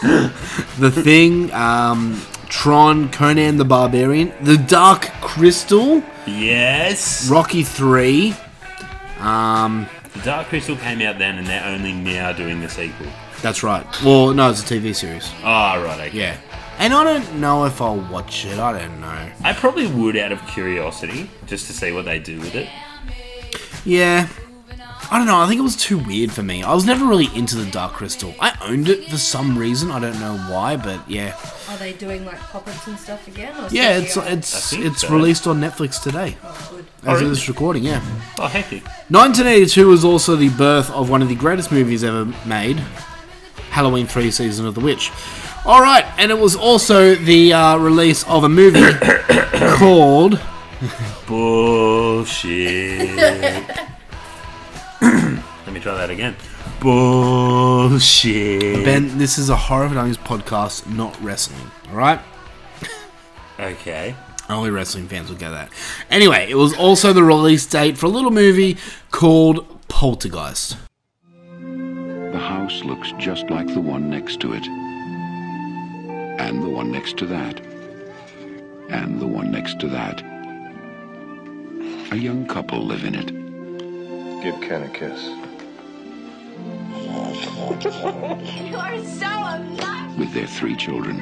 The Thing, um, Tron, Conan the Barbarian, The Dark Crystal, yes. Rocky 3. Um, The Dark Crystal came out then, and they're only now doing the sequel. that's right. Well, no, it's a TV series. Ah, right. Okay. Yeah. And I don't know if I'll watch it. I don't know. I probably would out of curiosity, just to see what they do with it. Yeah. I don't know. I think it was too weird for me. I was never really into The Dark Crystal. I owned it for some reason. I don't know why, but yeah. Are they doing like pop-ups and stuff again? Or Yeah, CGI? it's it's think it's so. released on Netflix today Oh, good. as of really? this recording. Yeah. Oh, hectic. 1982 was also the birth of one of the greatest movies ever made, Halloween 3 Season of the Witch. All right, and it was also the uh, release of a movie called Bullshit. Let me try that again. Bullshit. Ben. This is a horror films podcast, not wrestling. All right, Okay. only wrestling fans will get that. Anyway, it was also the release date for a little movie called Poltergeist. The house looks just like the one next to it, and the one next to that, and the one next to that. A young couple live in it. Give Ken a kiss. You are so obnoxious. with their three children.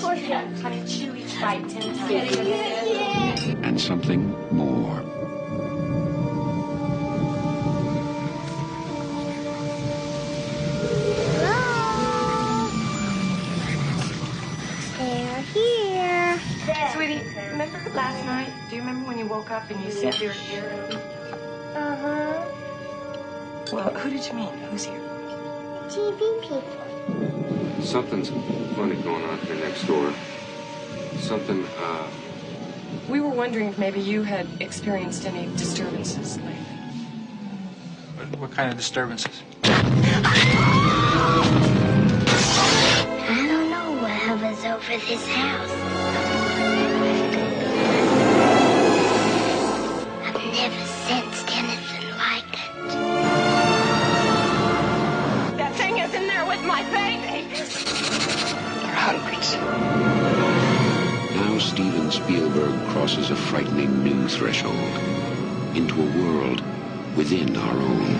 Portia, I could chew each bite ten times. and something more. They're here. Sweetie, up and you said you're here. Uh huh. Well, who did you meet? Who's here? TV people. Something's funny going on here next door. Something, uh, We were wondering if maybe you had experienced any disturbances lately. What, what kind of disturbances? I don't know what hovers over this house. I've never sensed anything like it. That thing is in there with my baby. They're hundreds. Now Steven Spielberg crosses a frightening new threshold into a world within our own.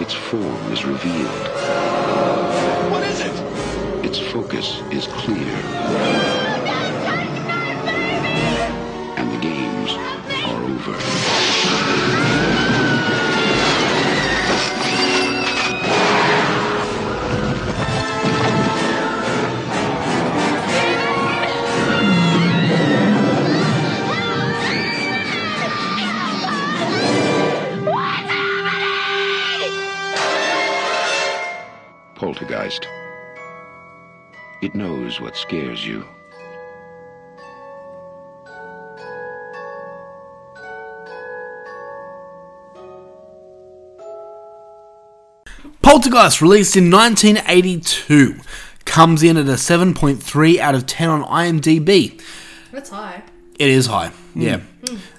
Its form is revealed. What is it? Its focus is clear. And the games are over. Poltergeist. It knows what scares you. Poltergeist, released in 1982, comes in at a 7.3 out of 10 on IMDb. That's high. It is high. Yeah.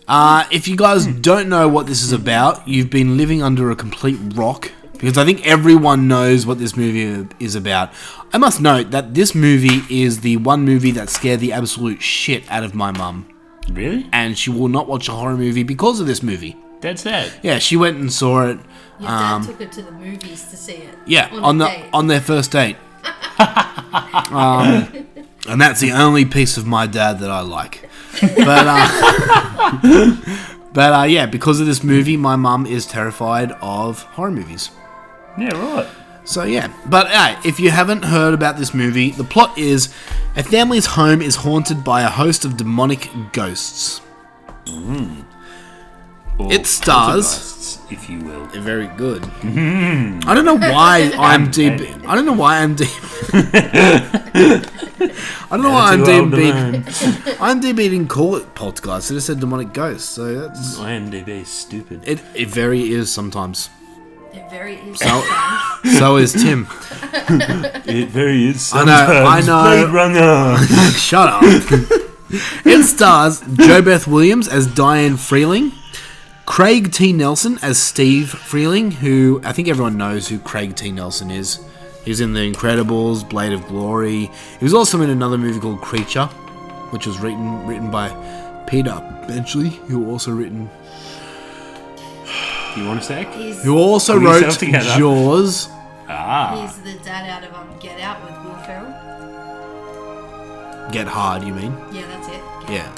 Uh, if you guys don't know what this is about, you've been living under a complete rock because I think everyone knows what this movie is about. I must note that this movie is the one movie that scared the absolute shit out of my mum. Really? And she will not watch a horror movie because of this movie. That's sad. Yeah, she went and saw it. Your um, dad took her to the movies to see it. yeah, on, a the date. on their first date. um, and that's the only piece of my dad that I like. But uh, but uh, yeah, because of this movie, my mum is terrified of horror movies. Yeah, right. So yeah, but uh, if you haven't heard about this movie, the plot is a family's home is haunted by a host of demonic ghosts. Hmm. Or It stars, poltergeists, if you will. Very good. I don't know why I'm deep. I don't know why I'm deep. I don't know why I'm You're too old deep. to I'm deep didn't call it poltergeist. It just said demonic ghost. So that's IMDb is stupid. it. It very is sometimes. It very is. So, Ah. so is Tim. it very is. I know, I sometimes. know. Blade Runner. Shut up. it stars Jo Beth Williams as Diane Freeling, Craig T. Nelson as Steve Freeling, who I think everyone knows who Craig T. Nelson is. He's in The Incredibles, Blade of Glory. He was also in another movie called Creature, which was written written by Peter Benchley, who also written You want a sec? who also Pull yourself wrote together. Jaws. Ah. He's the dad out of um, Get Out with Will Ferrell. Get hard, you mean? Yeah, that's it. Yeah.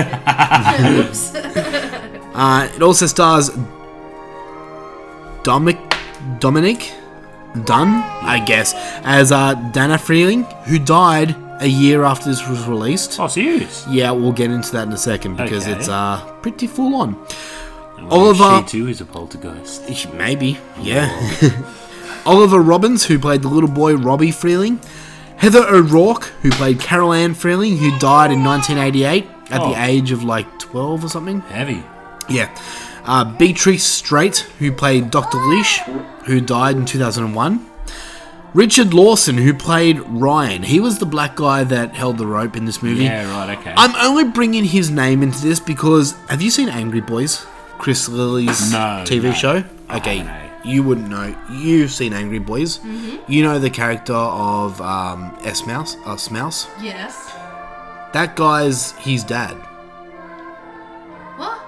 Oops. Uh, it also stars Dominic, Dominic Dunn, I guess, as uh, Dana Freeling, who died a year after this was released. Oh, serious. Yeah, we'll get into that in a second because Okay. it's uh, pretty full on. She Oliver, too is a poltergeist. maybe, yeah. Oliver Robbins, who played the little boy Robbie Freeling. Heather O'Rourke, who played Carol Ann Freeling, who died in 1988 at Oh. the age of like 12 or something. Heavy. Yeah. Uh, Beatrice Strait, who played Dr. Leash, who died in 2001. Richard Lawson, who played Ryan. He was the black guy that held the rope in this movie. Yeah, right, okay. I'm only bringing his name into this because have you seen Angry Boys? Chris Lilly's No, TV no. show? I Okay. don't know. You wouldn't know. You've seen Angry Boys. You know the character of um, S Mouse, uh, Smouse. yes. That guy's his dad. What?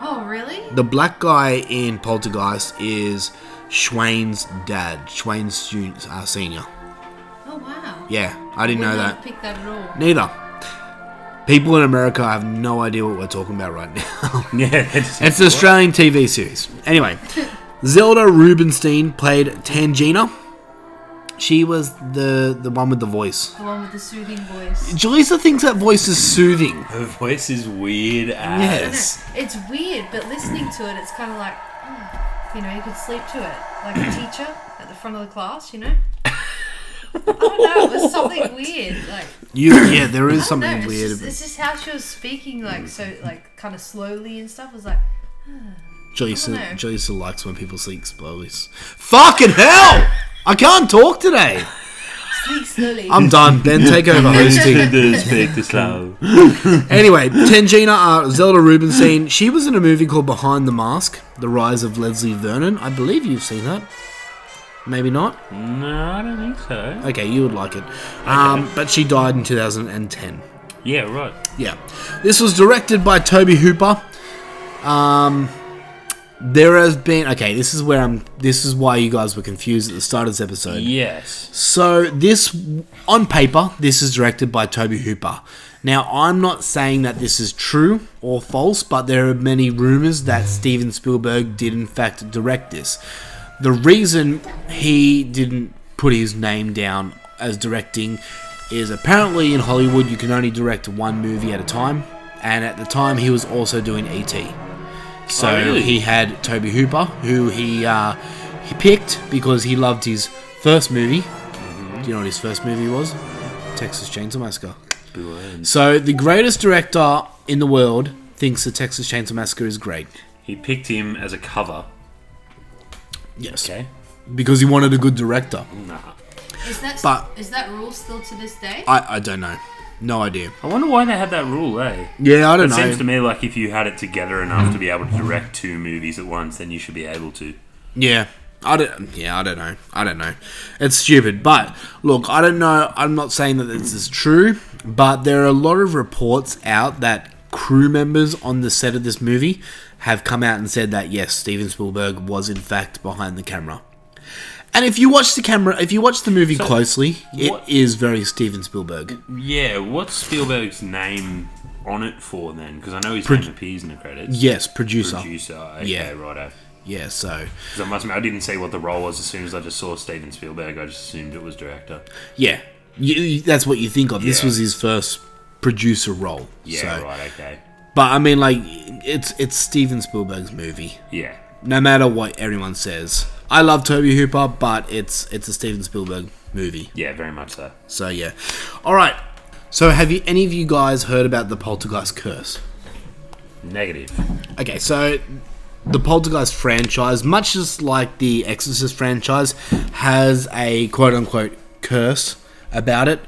Oh, really? The black guy in Poltergeist is Schwain's dad, Schwain Jun- uh, Senior. Oh, wow. Yeah, I didn't Would know not that. Pick that at all. Neither. People in America have no idea what we're talking about right now. Yeah, that's it's an Australian TV series. Anyway, Zelda Rubinstein played Tangina, She was the the one with the voice. The one with the soothing voice. Jaleesa thinks that voice is soothing. Her voice is weird as. Yes. No, it's weird, but listening to it, it's kind of like, oh, you know, you could sleep to it, like a teacher at the front of the class, you know. I don't know. It was something weird, like. You, yeah, there I is don't something know, Oh, it's weird. Just, about it's just how she was speaking, like so, like kind of slowly and stuff. It was like, I Jaleesa, don't Jaleesa likes when people sleep slowly. Fucking hell! I can't talk today. speak slowly. I'm done. Ben, take over hosting. Speak this loud. anyway, Tangina, uh, Zelda Rubinstein, she was in a movie called Behind the Mask, The Rise of Leslie Vernon. I believe you've seen that. Maybe not. No, I don't think so. Okay, you would like it. Um, but she died in 2010. Yeah, right. Yeah. This was directed by Toby Hooper. Um, there has been okay. This is where I'm. This is why you guys were confused at the start of this episode. Yes. So this, on paper, this is directed by Toby Hooper. Now I'm not saying that this is true or false, but there are many rumors that Steven Spielberg did in fact direct this. The reason he didn't put his name down as directing is apparently in Hollywood you can only direct one movie at a time, and at the time he was also doing ET. So Oh, really? he had Toby Hooper, who he uh, he picked because he loved his first movie. Do you know what his first movie was? Texas Chainsaw Massacre. So the greatest director in the world thinks the Texas Chainsaw Massacre is great He picked him as a cover. Yes. Okay. because he wanted a good director. Nah. Is that But- is that rule still to this day? I, I don't know, no idea. I wonder why they had that rule, eh? Yeah, I don't it know. seems to me like if you had it together enough to be able to direct two movies at once, then you should be able to. Yeah. I don't, yeah, I don't know. I don't know. It's stupid. But look, I don't know. I'm not saying that this is true, but there are a lot of reports out that crew members on the set of this movie have come out and said that yes, Steven Spielberg was in fact behind the camera. And if you watch the camera, if you watch the movie So, closely, it what- is very Steven Spielberg. Yeah, what's Spielberg's name on it for then? Because I know his Pro- name appears in the credits. Yes, producer. Producer. Okay, Yeah. righto. Yeah, so 'Cause I must admit, I didn't see what the role was as soon as I just saw Steven Spielberg. I just assumed it was director. yeah, you, you- that's what you think of. This Yeah. was his first producer role. Yeah, so. right. Okay. But I mean, like, it's it's Steven Spielberg's movie. Yeah. No matter what everyone says, I love Toby Hooper, but it's it's a Steven Spielberg movie. Yeah, very much so. So yeah. All right. So have you any of you guys heard about the Poltergeist curse? Negative. Okay, so the Poltergeist franchise, much just like the Exorcist franchise, has a quote unquote curse about it,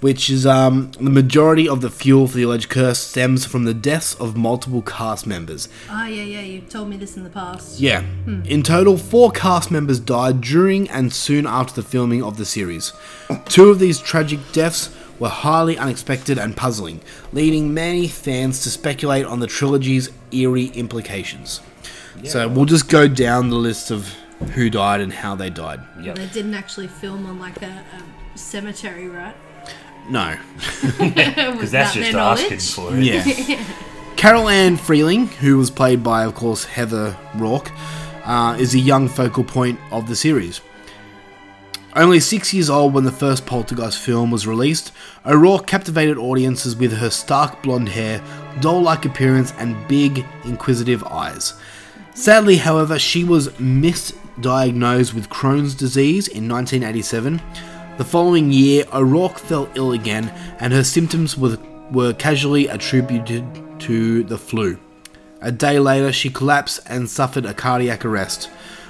which is um, the majority of the fuel for the alleged curse stems from the deaths of multiple cast members. Ah, yeah, yeah. You told me this in the past. Yeah. In total, four cast members died during and soon after the filming of the series. Two of these tragic deaths were highly unexpected and puzzling, leading many fans to speculate on the trilogy's eerie implications. So we'll just go down the list of who died and how they died. They didn't actually film on like a, a cemetery, right? No. Because Because that's just asking for it. Yeah. Carol Ann Freeling, who was played by, of course, Heather Rourke, uh, is a young focal point of the series. Only six years old when the first Poltergeist film was released, O'Rourke captivated audiences with her stark blonde hair, doll like appearance, and big, inquisitive eyes. Sadly, however, she was misdiagnosed with Crohn's disease in 1987. The following year, O'Rourke fell ill again, and her symptoms were, were casually attributed to the flu. A day later, she collapsed and suffered a cardiac arrest.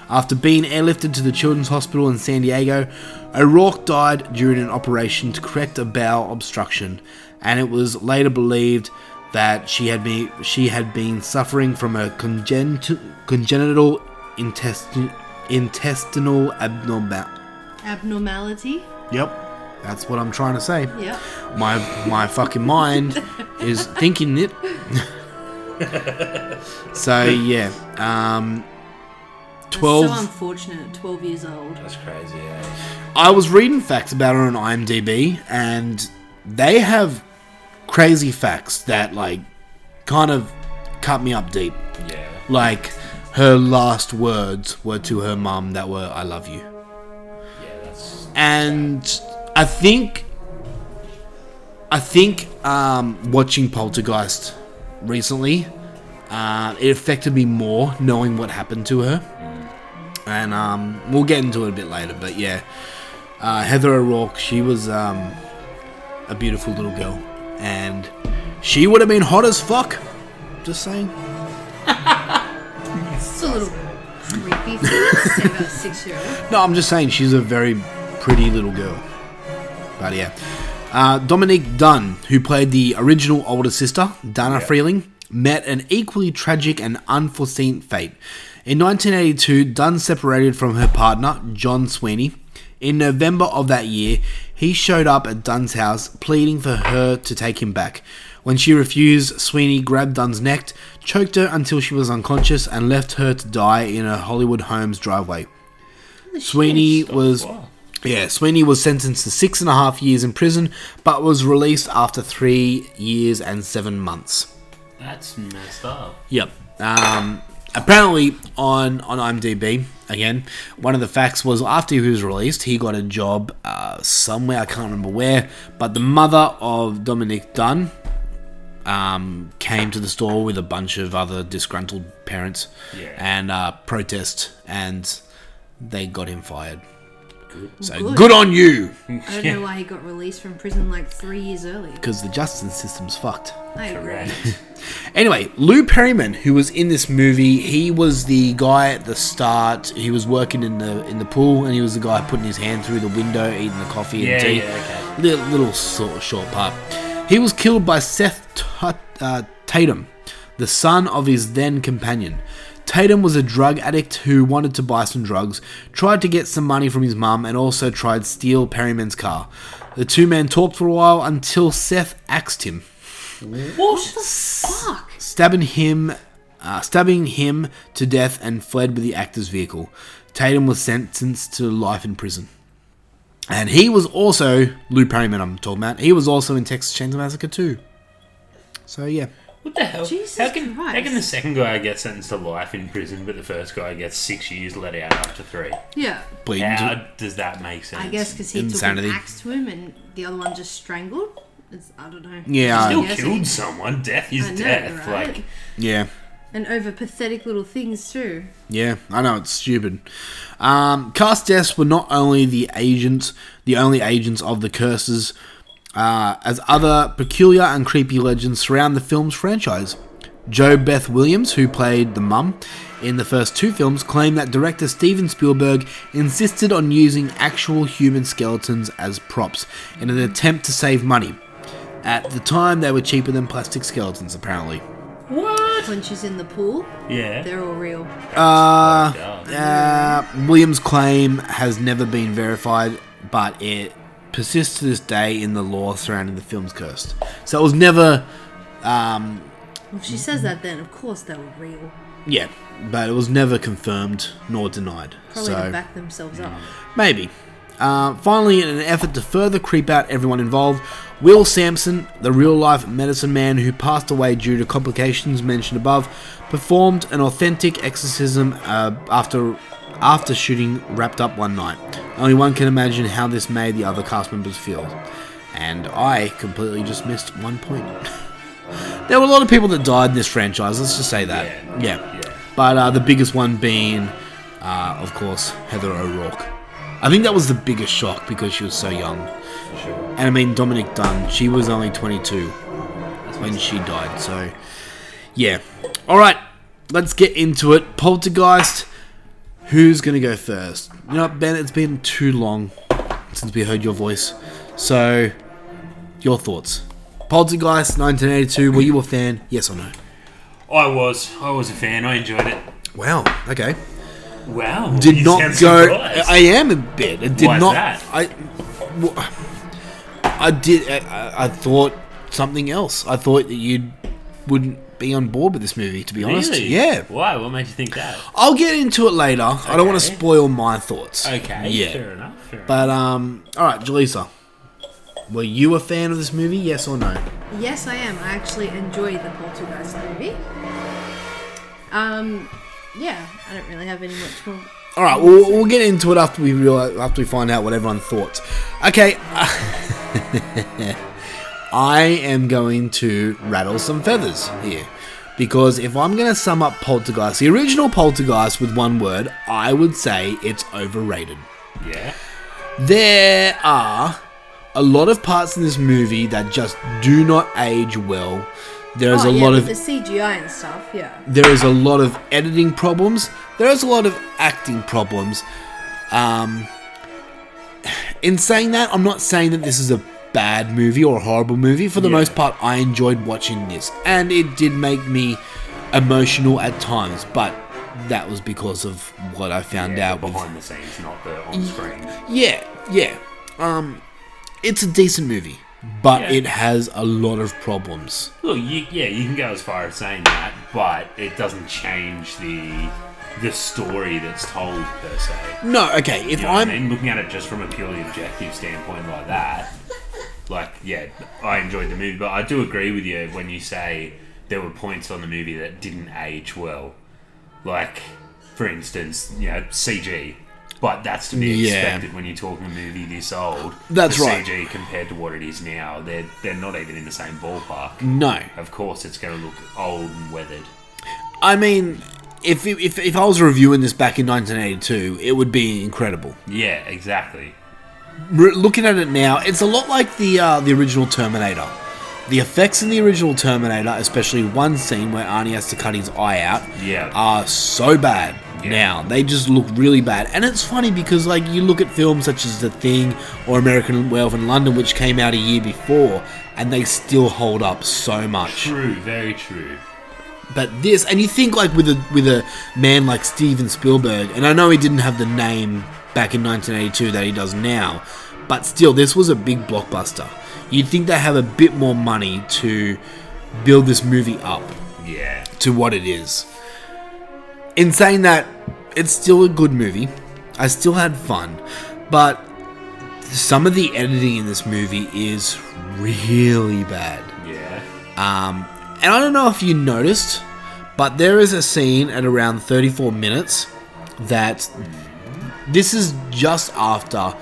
After being airlifted to the Children's Hospital in San Diego, O'Rourke died during an operation to correct a bowel obstruction, and it was later believed that she had been she had been suffering from a congenital congenital intestin- intestinal abnormal. Abnormality. Yep, that's what I'm trying to say. Yeah. My my fucking mind is thinking it. so yeah, um, twelve. That's so unfortunate at 12 years old. That's crazy, yeah. I was reading facts about her on IMDb, and they have crazy facts that like kind of cut me up deep. Yeah. Like her last words were to her mum that were "I love you." Yeah, that's and I think I think um, watching Poltergeist recently, uh, it affected me more knowing what happened to Mm. her, and um, we'll get into it a bit later. But yeah, uh, Heather O'Rourke, she was um, a beautiful little girl, and she would have been hot as fuck. Just saying. It's a little creepy for you to say about a six-year-old. No, I'm just saying she's a very pretty little girl. But yeah. Uh, Dominic Dunn, who played the original older sister, Dana Freeling, met an equally tragic and unforeseen fate. In 1982, Dunn separated from her partner, John Sweeney. In November of that year, he showed up at Dunn's house pleading for her to take him back. When she refused, Sweeney grabbed Dunn's neck, choked her until she was unconscious, and left her to die in her Hollywood home's driveway. Sweeney was yeah, Sweeney was sentenced to six and a half years in prison, but was released after three years and seven months. That's messed up. Yep. Um, apparently, on on IMDb again, one of the facts was after he was released, he got a job uh, somewhere I can't remember where, but the mother of Dominic Dunn um, came to the store with a bunch of other disgruntled parents Yeah. and uh, protest, and they got him fired. Good. So good on you. I don't know why he got released from prison like three years early. Because the justice system's fucked. I agree. Anyway, Lou Perryman, who was in this movie, he was the guy at the start. He was working in the in the pool, and he was the guy putting his hand through the window, eating the coffee Yeah, and tea. yeah, okay. Little, little sort of short part. He was killed by Seth Tut uh, Tatum, the son of his then companion. Tatum was a drug addict who wanted to buy some drugs, tried to get some money from his mum, and also tried to steal Perryman's car. The two men talked for a while until Seth axed him What the fuck? stabbing him, uh, stabbing him to death, and fled with the actor's vehicle. Tatum was sentenced to life in prison, and he was also Lou Perryman. I'm talking about. He was also in Texas Chainsaw Massacre too. So yeah, What the hell? Jesus how, can, Christ. how can the second guy get sentenced to life in prison, but the first guy gets six years let out after three? Yeah. Bleeding How to- does that make sense? I guess because he Insanity. took an axe to him and the other one just strangled. It's, I don't know. Yeah, Still I- killed someone. Death is I know, death. right? Like yeah, And over pathetic little things too. yeah. I know it's stupid. Um, cast deaths were not only the agents, the only agents of the curses, uh, as other peculiar and creepy legends surround the film's franchise. Joe Beth Williams, who played the mum in the first two films, claimed that director Steven Spielberg insisted on using actual human skeletons as props in an attempt to save money. At the time, they were cheaper than plastic skeletons, apparently. What? When she's in the pool. Yeah. They're all real. Uh, fucked uh, Williams' claim has never been verified, but it persists to this day in the law surrounding the film's cursed. So it was never, um, If she says that, then of course they were real. yeah, but it was never confirmed nor denied. Probably so Mm. to back themselves up. maybe. Uh, finally, in an effort to further creep out everyone involved, Will Sampson, the real life medicine man who passed away due to complications mentioned above, performed an authentic exorcism uh, after after shooting wrapped up one night. Only one can imagine how this made the other cast members feel. And I completely just missed one point. there were a lot of people that died in this franchise, let's just say that. Yeah. But uh, the biggest one being, uh, of course, Heather O'Rourke. I think that was the biggest shock because she was so young. And I mean, Dominic Dunn, she was only 22 when she died. So, yeah. All right, let's get into it. Poltergeist, who's going to go first? You know what, Ben, it's been too long since we heard your voice. So, your thoughts. Poltergeist 1982, were you a fan? Yes or no? I was, I was a fan. I enjoyed it. Wow, okay. Wow, did you not sound go. surprised. I am a bit. It did Why is not. that? I. w- I did. I- I, I thought something else. I thought that you wouldn't be on board with this movie. To be honest, Really? yeah. Why? What made you think that? I'll get into it later. I don't want to spoil my thoughts. Okay, Yeah. fair enough. Fair enough. But um. All right, Jaleesa. Were you a fan of this movie? Yes or no? Yes, I am. I actually enjoy the Poltergeist movie. Um, yeah, I don't really have any much more All right, we'll, we'll get into it after we realize, after we find out what everyone thought. Okay, I am going to rattle some feathers here because if I'm going to sum up Poltergeist, the original Poltergeist, with one word, I would say it's overrated. Yeah. There are a lot of parts in this movie that just do not age well. There is oh, a yeah, lot with of the CGI and stuff. Yeah. there is a lot of editing problems. There is a lot of acting problems. Um, in saying that, I'm not saying that this is a bad movie or a horrible movie. For the most part, I enjoyed watching this, and it did make me emotional at times. But that was because of what I found out Mm. with- behind the scenes, not the on screen. yeah, yeah. Um, it's a decent movie, but Yeah. it has a lot of problems. Look, you, yeah, you can go as far as saying that, but it doesn't change the the story that's told per se. No, okay. If you know what I'm I mean? looking at it just from a purely objective standpoint like that, like yeah, I enjoyed the movie, but I do agree with you when you say there were points on the movie that didn't age well. Like, for instance, you know, CG. But that's to be Yeah. expected when you're talking a movie this old. That's The right. CG compared to what it is now, they're they're not even in the same ballpark. No. Of course, it's going to look old and weathered. I mean, if, if if I was reviewing this back in 1982, it would be incredible. Yeah, exactly. Re- looking at it now, it's a lot like the uh, the original Terminator. The effects in the original Terminator, especially one scene where Arnie has to cut his eye out, Yeah. are so bad now. They just look really bad. And it's funny because like you look at films such as The Thing or American Werewolf in London, which came out a year before, and they still hold up so much. True, very true. But this, and you think like with a with a man like Steven Spielberg, and I know he didn't have the name back in 1982 that he does now, but still, this was a big blockbuster. You'd think they have a bit more money to build this movie up Yeah. to what it is. In saying that, it's still a good movie. I still had fun, but some of the editing in this movie is really bad. Yeah. Um, and I don't know if you noticed, but there is a scene at around 34 minutes that this is just after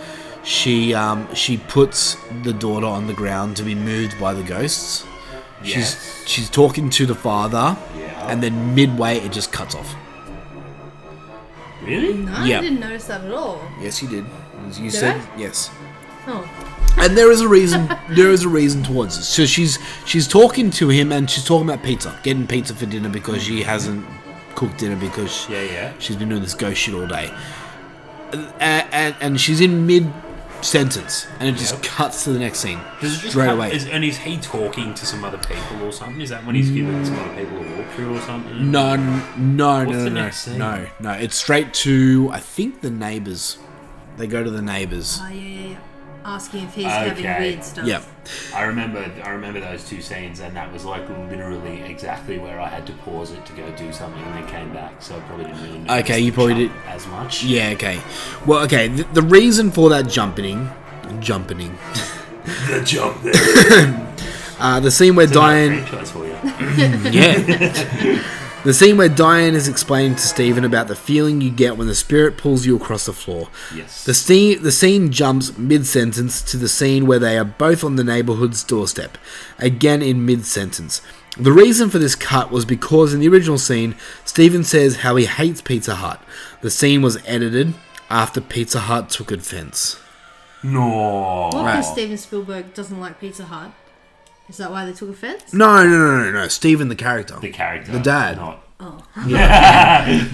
she um, she puts the daughter on the ground to be moved by the ghosts. Yes. She's she's talking to the father, and then midway it just cuts off. Really? No, Mm. Yeah. I didn't notice that at all. Yes, you did. You Did said I? yes. Oh. and there is a reason there is a reason towards this so she's she's talking to him and she's talking about pizza getting pizza for dinner because she hasn't cooked dinner because Yeah, yeah. she's been doing this ghost shit all day and, and, and she's in mid sentence and it just cuts to the next scene Does it just straight cut- away Is, and is he talking to some other people or something? Is that when he's giving some other people a walkthrough or something? no n- no What's no the no, next no scene? no no it's straight to i think the neighbors they go to the neighbors Oh yeah, yeah, yeah. Asking if he's having weird stuff. Yeah. I remember. I remember those two scenes, and that was like literally exactly where I had to pause it to go do something, and then came back. So I probably didn't really. notice Okay, you the probably did jump as much. Yeah. Okay. Well. Okay. The, the reason for that jumping, jumping, The jump. uh, the scene where Diane, franchise for you. yeah, the scene where Diane is explaining to Stephen about the feeling you get when the spirit pulls you across the floor. Yes. The scene, the scene jumps mid sentence to the scene where they are both on the neighborhood's doorstep, again in mid sentence. The reason for this cut was because in the original scene, Steven says how he hates Pizza Hut. The scene was edited after Pizza Hut took offense. No. What because Steven Spielberg doesn't like Pizza Hut? Is that why they took offense? No, no, no, no, no. Steven, the character. The character. The dad. Oh. Steven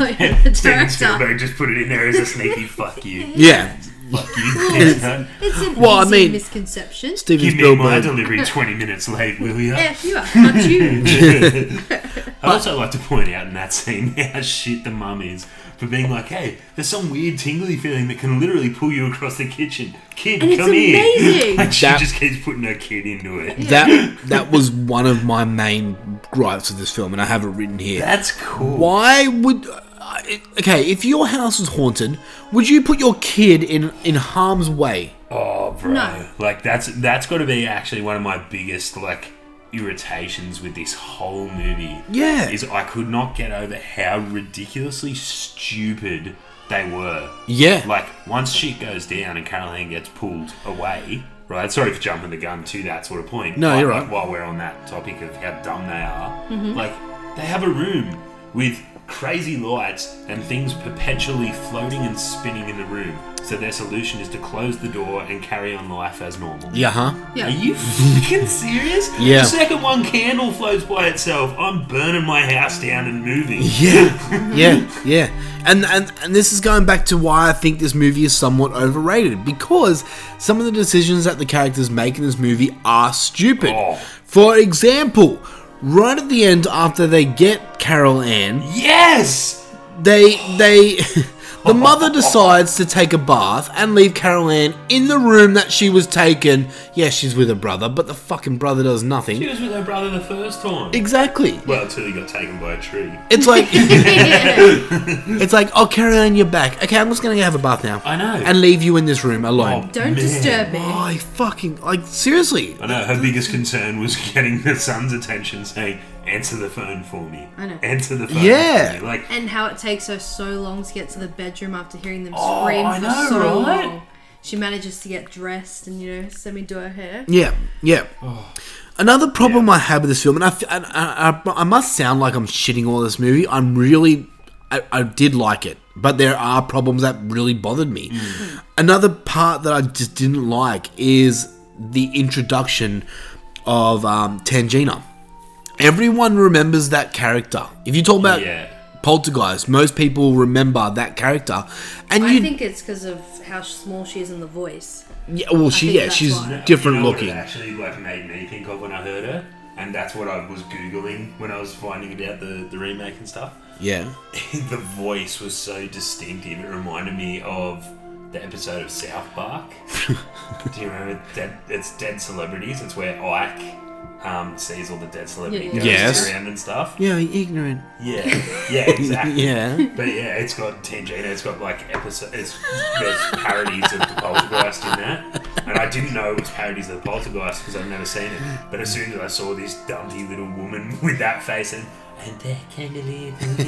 Director. Spielberg just put it in there as a sneaky fuck you. Yeah. Fuck Well, you. it's, it's an Well, I easy mean, misconception. Steven Give me my Spielberg. delivery 20 minutes late, will you? F you up, not you. I'd also like to point out in that scene how shit the mum is for being like, hey, there's some weird tingly feeling that can literally pull you across the kitchen. Kid, And it's come here. amazing. And she That- just keeps putting her kid into it. That that was one of my main gripes of this film, and I have it written here. That's cool. Why would uh, it- okay? If your house was haunted, would you put your kid in in harm's way? Oh, bro. No. Like, that's that's got to be actually one of my biggest, like, irritations with this whole movie. Yeah. Is I could not get over how ridiculously stupid they were. Yeah. Like once shit goes down and Caroline gets pulled away, right? Sorry for jumping the gun to that sort of point. No, but, you're like, right. While we're on that topic of how dumb they are, Mhm. like they have a room with crazy lights and things perpetually floating and spinning in the room. So their solution is to close the door and carry on life as normal. Yeah, huh? Are you fucking serious? Yeah. The second one candle floats by itself. I'm burning my house down and moving. Yeah, yeah, yeah. And, and and this is going back to why I think this movie is somewhat overrated because some of the decisions that the characters make in this movie are stupid. Oh. For example, right at the end after they get Carol Ann, yes, they they the mother decides to take a bath and leave Carol Ann in the room that she was taken. Yeah, she's with her brother, but the fucking brother does nothing. She was with her brother the first time. Exactly. Well, until he got taken by a tree. It's like it's like, oh, Caroline, you're back. Okay, I'm just gonna go have a bath now. I Oh, know. Oh, And leave you in this room alone. Don't disturb me. I fucking like seriously. I know her biggest concern was getting the son's attention, saying, "Answer the phone for me." I know. Answer the phone. Yeah. For me. Like And how it takes her so long to get to the bedroom after hearing them Oh, scream I for know, so right? long. She manages to get dressed and you know semi-do her hair. Yeah, yeah. Another problem I have with this film, and I, f- and I, I, I must sound like I'm shitting all this movie. I'm really, I, I did like it, but there are problems that really bothered me. Mm. Another part that I just didn't like is the introduction of um, Tangina. Everyone remembers that character. If you talk about Yeah. Poltergeist, most people remember that character, and I you think it's because of how small she is in the voice. Yeah, well, I she- think yeah, that's she's- why. different you know what looking. it actually, like made me think of when I heard her, and that's what I was googling when I was finding about the the remake and stuff. yeah. the voice was so distinctive. It reminded me of the episode of South Park. Do you remember that? It's Dead Celebrities. It's where Ike um, sees all the dead celebrity Yeah, yeah, ghosts yeah. Yes. around and stuff. Yeah, ignorant. Yeah, yeah, exactly. Yeah. but yeah, it's got Tangina. It's got like episode. It's there's parodies of the Poltergeist in that, and I didn't know it was parodies of the Poltergeist because I've never seen it. But as soon as I saw this dumpy little woman with that face and and that candelier talking like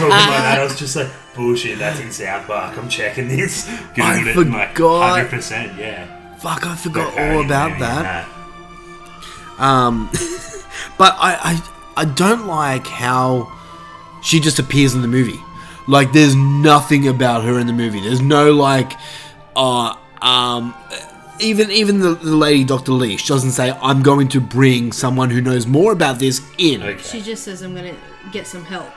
that, I was just like, bullshit. That's in South Park. I'm checking this. I Googled it, forgot. Hundred percent. Yeah. Fuck, I They're forgot all parodying about in that. Um, but I, I I don't like how she just appears in the movie. Like, there's nothing about her in the movie. There's no like, uh, um, even even the, the lady Dr. Leash doesn't say I'm going to bring someone who knows more about this in. She just says, "I'm gonna get some help."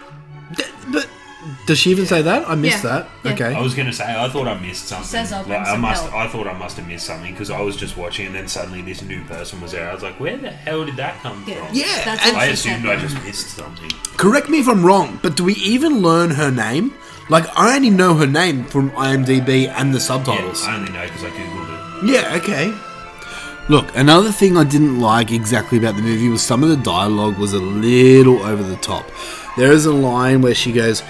Does she even say that? I missed Yeah. that. Okay. I was gonna say I thought I missed something. says, "I'll bring Like, I some must. help." I thought I must have missed something because I was just watching, and then suddenly this new person was there. I was like, "Where the hell did that come Yeah, from?" Yeah, that's what I she assumed said. I just missed something. Correct me if I'm wrong, but do we even learn her name? Like, I only know her name from IMDb and the subtitles. I only know because I googled it. Yeah, okay. Look, another thing I didn't like exactly about the movie was some of the dialogue was a little over the top. There is a line where she goes,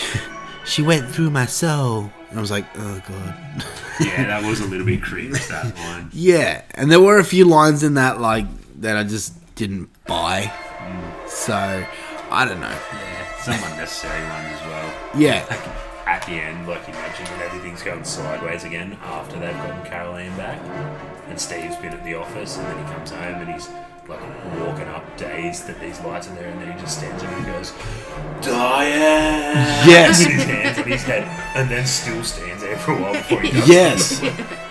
She went through my soul. And I was like, Oh, God. Yeah, that was a little bit cringe. That line. Yeah, and there were a few lines in that, like, that I just didn't buy. So, I don't know. Yeah, some unnecessary ones as well. Yeah. Like, at the end, like you mentioned, when everything's going sideways again after they've gotten Caroline back, and Steve's been at the office, and then he comes home and he's like walking up dazed that these lights are there, and then he just stands up and goes, "Diane!" Yes. With his hands on his head, and then still stands there for a while before he does. Yes. What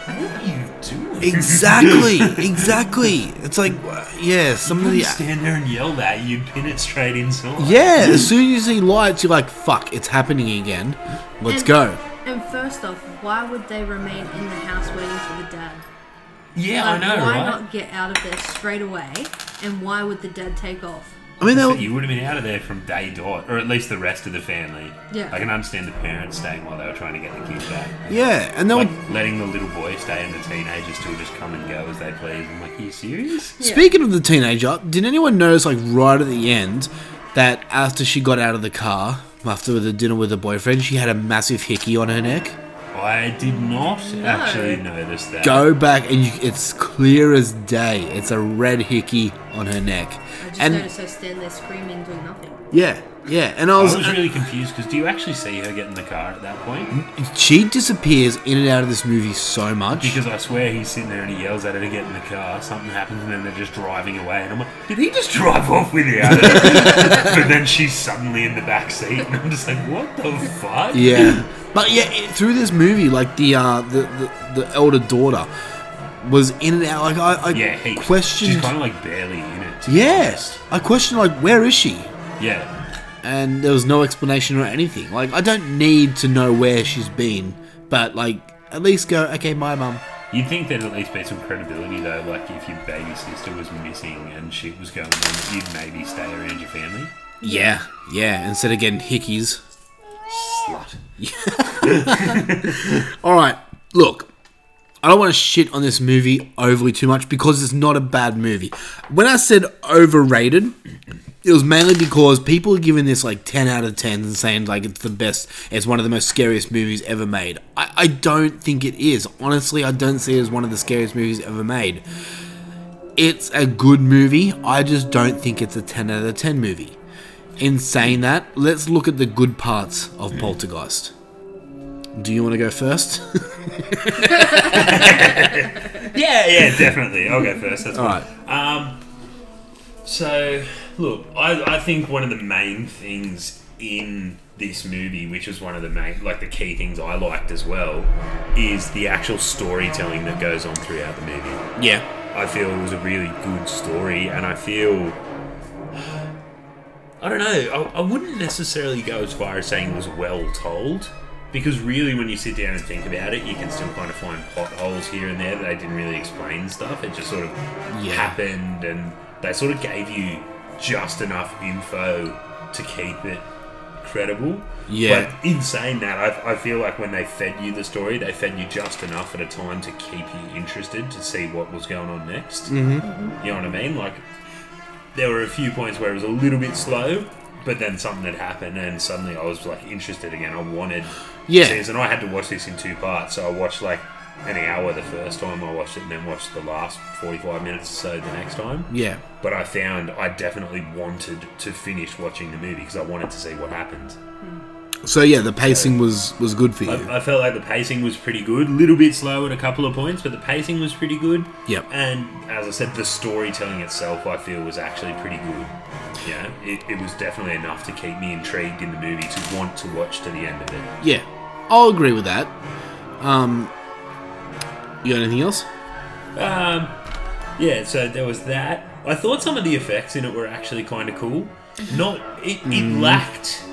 are you doing? Exactly, exactly. It's like, yeah, some of Somebody the. stand there and yell that you pin it straight inside. Yeah, as soon as you see lights, you're like, fuck, it's happening again. Let's And- go. And first off, why would they remain in the house waiting for the dad? Yeah, Like, I know, Why right? not get out of there straight away? And why would the dad take off? I mean, So you would have been out of there from day dot, or at least the rest of the family. Yeah. I can understand the parents staying while they were trying to get the kids back. Yeah, and they like were. letting the little boy stay and the teenagers to just come and go as they please. I'm like, are you serious? Speaking of the teenager, did anyone notice, like, right at the end, that after she got out of the car, after the dinner with her boyfriend, she had a massive hickey on her neck? I did not actually notice that. Go back and you, it's clear as day. It's a red hickey on her neck. I just And noticed her stand there screaming, doing nothing. yeah, Yeah, and I was, I was really confused because do you actually see her get in the car at that point? she disappears in and out of this movie so much. Because I swear he's sitting there and he yells at her to get in the car. Something happens and then they're just driving away. And I'm like, did he just drive off with her? but then she's suddenly in the back seat, and I'm just like, what the fuck? Yeah, but yeah, it, through this movie, like the uh, the, the the elder daughter was in and out. Like I, I Yeah, he, questioned. She's kind of like barely in it. to be yes, I questioned like where is she, honest. Yeah. and there was no explanation or anything. Like I don't need to know where she's been, but like at least go okay, my mum. You'd think there'd at least be some credibility though, like if your baby sister was missing and shit was going on, you'd maybe stay around your family. Yeah, yeah. Instead of getting hickeys. Slut. All right, look, I don't want to shit on this movie overly too much because it's not a bad movie. When I said overrated, it was mainly because people are giving this like 10 out of 10 and saying like it's the best, it's one of the most scariest movies ever made. I, I don't think it is. Honestly, I don't see it as one of the scariest movies ever made. It's a good movie, I just don't think it's a 10 out of 10 movie. In saying that, let's look at the good parts of Poltergeist. Do you want to go first? Yeah, yeah, definitely. I'll go first. That's All fine. right. Um, so, look, I, I think one of the main things in this movie, which is one of the main, like the key things I liked as well, is the actual storytelling that goes on throughout the movie. Yeah. I feel it was a really good story, and I feel. I don't know, I, I wouldn't necessarily go as far as saying it was well told. Because really, when you sit down and think about it, you can still kind of find potholes here and there that they didn't really explain stuff. It just sort of Yeah. happened, and they sort of gave you just enough info to keep it credible. Yeah. But in saying that, I, I feel like when they fed you the story, they fed you just enough at a time to keep you interested to see what was going on next. Mm-hmm. You know what I mean? Like, there were a few points where it was a little bit slow, but then something had happened, and suddenly I was like interested again. I wanted Yeah. season. I had to watch this in two parts, so I watched like an hour the first time I watched it, and then watched the last forty-five minutes or so the next time. Yeah. But I found I definitely wanted to finish watching the movie because I wanted to see what happened. So yeah, the pacing was was good for you. I, I felt like the pacing was pretty good. A little bit slow at a couple of points, but the pacing was pretty good. Yep. And as I said, the storytelling itself, I feel, was actually pretty good. Yeah, it, it was definitely enough to keep me intrigued in the movie to want to watch to the end of it. yeah, I'll agree with that. Um, you got anything else? Um, yeah, so there was that. I thought some of the effects in it were actually kind of cool. Not it, it lacked,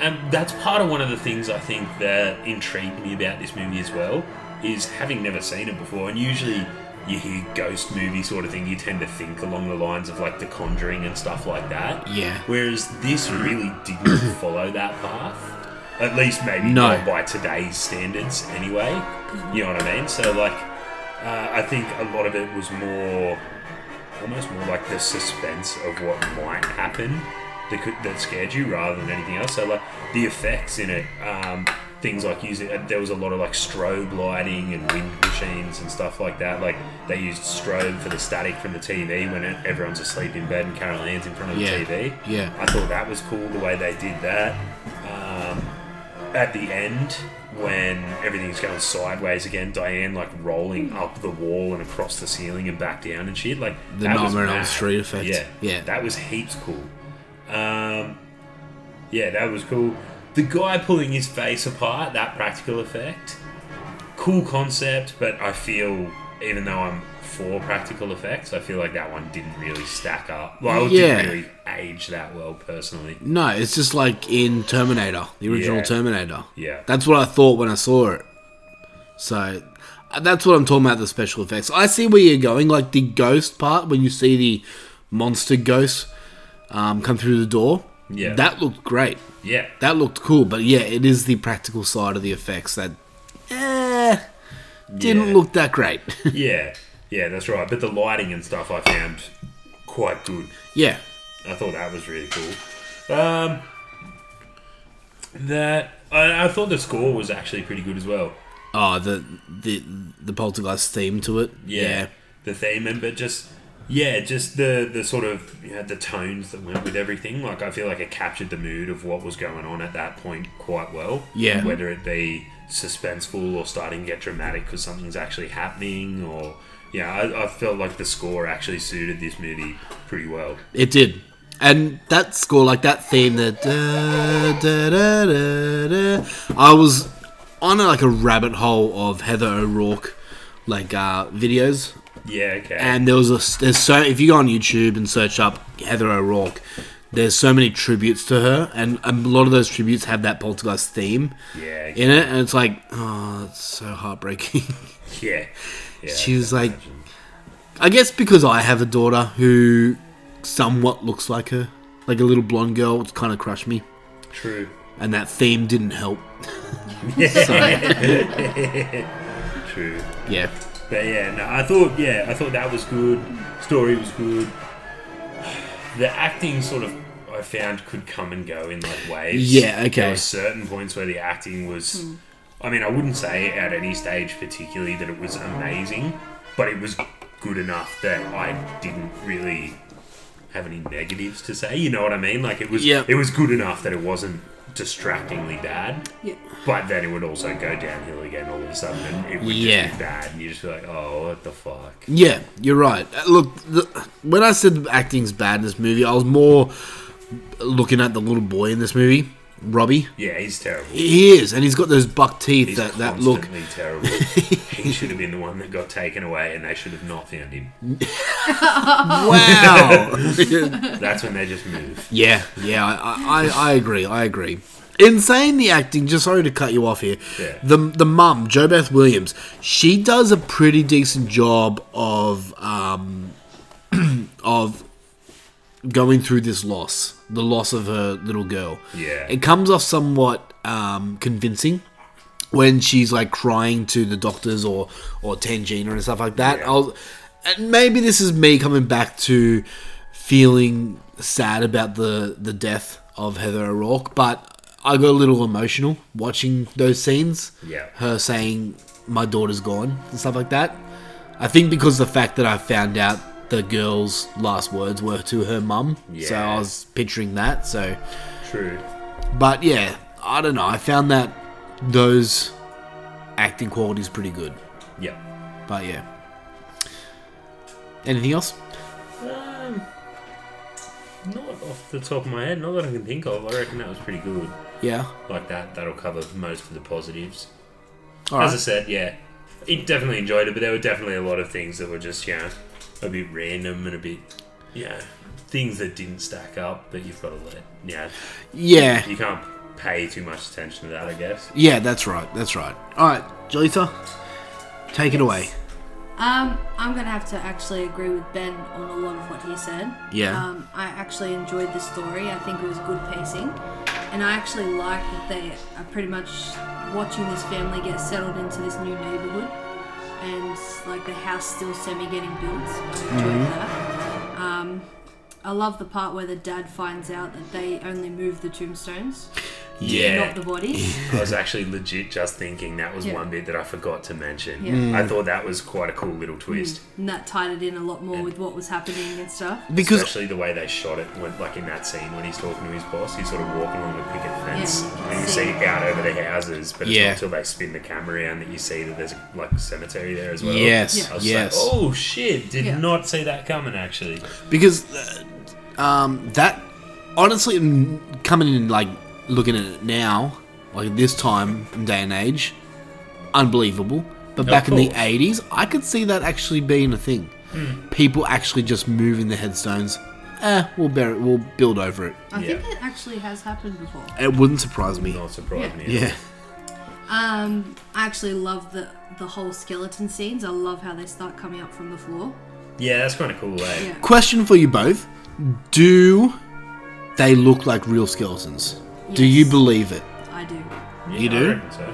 and that's part of one of the things I think that intrigued me about this movie as well is having never seen it before. And usually, you hear ghost movie sort of thing, you tend to think along the lines of like The Conjuring and stuff like that. Yeah. Whereas this really didn't follow that path. At least maybe No. not by today's standards, anyway. You know what I mean? So like. Uh, I think a lot of it was more, almost more like the suspense of what might happen that, could, that scared you rather than anything else. So like the effects in it, um, things like using uh, there was a lot of like strobe lighting and wind machines and stuff like that. Like they used strobe for the static from the TV when it, everyone's asleep in bed and Carol Anne's in front of Yeah, the TV. yeah. I thought that was cool the way they did that. Um, at the end when everything's going sideways again, Diane like rolling up the wall and across the ceiling and back down and shit. Like The that was Nightmare on Elm mad. Street effect. Yeah, Yeah. that was heaps cool. Um, yeah, that was cool. The guy pulling his face apart, that practical effect, cool concept, but I feel even though I'm for practical effects, I feel like that one didn't really stack up. Well, it Yeah. didn't really age that well personally. No, it's just like in Terminator, the original Yeah. Terminator. Yeah. That's what I thought when I saw it. So uh, that's what I'm talking about the special effects. I see where you're going, like the ghost part when you see the monster ghost um, come through the door. Yeah. That looked great. Yeah. That looked cool, but yeah, it is the practical side of the effects that eh, didn't Yeah. look that great. Yeah, yeah, that's right. But the lighting and stuff I found quite good. yeah. I thought that was really cool. Um, that I, I thought the score was actually pretty good as well. Oh, the the the poltergeist theme to it. Yeah, the theme and but just Yeah, just the the sort of you know, the tones that went with everything. Like I feel like it captured the mood of what was going on at that point quite well. Yeah. whether it be suspenseful or starting to get dramatic because something's actually happening, or yeah, I, I felt like the score actually suited this movie pretty well. It did. And that score, like that theme, the da, da, da, da, da, I was on a, like a rabbit hole of Heather O'Rourke like uh, videos, Yeah, okay. and there was a there's so if you go on YouTube and search up Heather O'Rourke, there's so many tributes to her, and a lot of those tributes have that poltergeist theme Yeah, in it, and it's like oh, it's so heartbreaking. yeah, yeah. she was like, I guess because I have a daughter who somewhat looks like her, like a little blonde girl, it's kind of crushed me, True. and that theme didn't help. True. Yeah. But yeah, no, I thought yeah, I thought that was good. Story was good. The acting sort of I found could come and go in like waves. Yeah, okay. There were certain points where the acting was I mean, I wouldn't say at any stage particularly that it was amazing, but it was good enough that I didn't really have any negatives to say. You know what I mean? Like it was Yeah. it was good enough that it wasn't distractingly bad. Yeah. But then it would also go downhill again all of a sudden, and it would Yeah. just be bad. And you just be like, "Oh, what the fuck?" Yeah, you're right. Uh, Look, the, when I said the acting's bad in this movie, I was more looking at the little boy in this movie, Robbie. Yeah, he's terrible. He is, and he's got those buck teeth He's that, that look. constantly terrible. he should have been the one that got taken away, and they should have not found him. Wow. That's when they just move. yeah, yeah, I, I, I agree. I agree. Insane the acting. Just sorry to cut you off here. Yeah. The the mum, Jo Beth Williams, she does a pretty decent job of um of going through this loss, the loss of her little girl. Yeah. It comes off somewhat um, convincing when she's like crying to the doctors or or Tangina and stuff like that. I'll, and maybe this is me coming back to feeling sad about the the death of Heather O'Rourke, but I got a little emotional watching those scenes. Yeah. her saying my daughter's gone and stuff like that. I think because the fact that I found out the girl's last words were to her mum, so I Yeah. was picturing that. So True. but yeah, I don't know. I found that those acting qualities pretty good. Yeah. But yeah. Anything else? Um, not off the top of my head. Not that I can think of. I reckon that was pretty good. Yeah. Like that. That'll cover most of the positives. All As I right. said, yeah, it definitely enjoyed it, but there were definitely a lot of things that were just you know a bit random and a bit yeah things that didn't stack up that you've got to let yeah Yeah. you can't pay too much attention to that I guess. Yeah, that's right. That's right. All right, Jolita, take it away. Um, I'm gonna have to actually agree with Ben on a lot of what he said. Yeah. Um, I actually enjoyed the story. I think it was good pacing, and I actually like that they are pretty much watching this family get settled into this new neighborhood, and like the house still semi getting built. I enjoyed Mm-hmm. Mhm. that. Um, I love the part where the dad finds out that they only moved the tombstones, Yeah. not the bodies. I was actually legit just thinking that was Yeah. one bit that I forgot to mention. Yeah. Mm. I thought that was quite a cool little twist, And that tied it in a lot more with what was happening and stuff. Because especially the way they shot it when, like in that scene when he's talking to his boss, he's sort of walking along the picket fence, you can and you see. see out over the houses. But it's Yeah. not until they spin the camera around that you see that there's like a cemetery there as well. Yes, Yeah. I was yes. Like, oh shit! Did Yeah. not see that coming actually. because uh, um, that honestly mm, coming in like looking at it now, like this time and day and age, unbelievable. But back in the course. '80s, I could see that actually being a thing. People actually just moving the headstones. Eh, we'll bear it. We'll build over it. I Yeah. think it actually has happened before. It wouldn't surprise me. Not surprised Yeah. me. Yeah, Um, I actually love the the whole skeleton scenes. I love how they start coming up from the floor. Yeah, that's kind of cool, eh? Yeah. Question for you both: Do they look like real skeletons? Do you Yes. believe it? I do, Yeah, You I do? reckon so.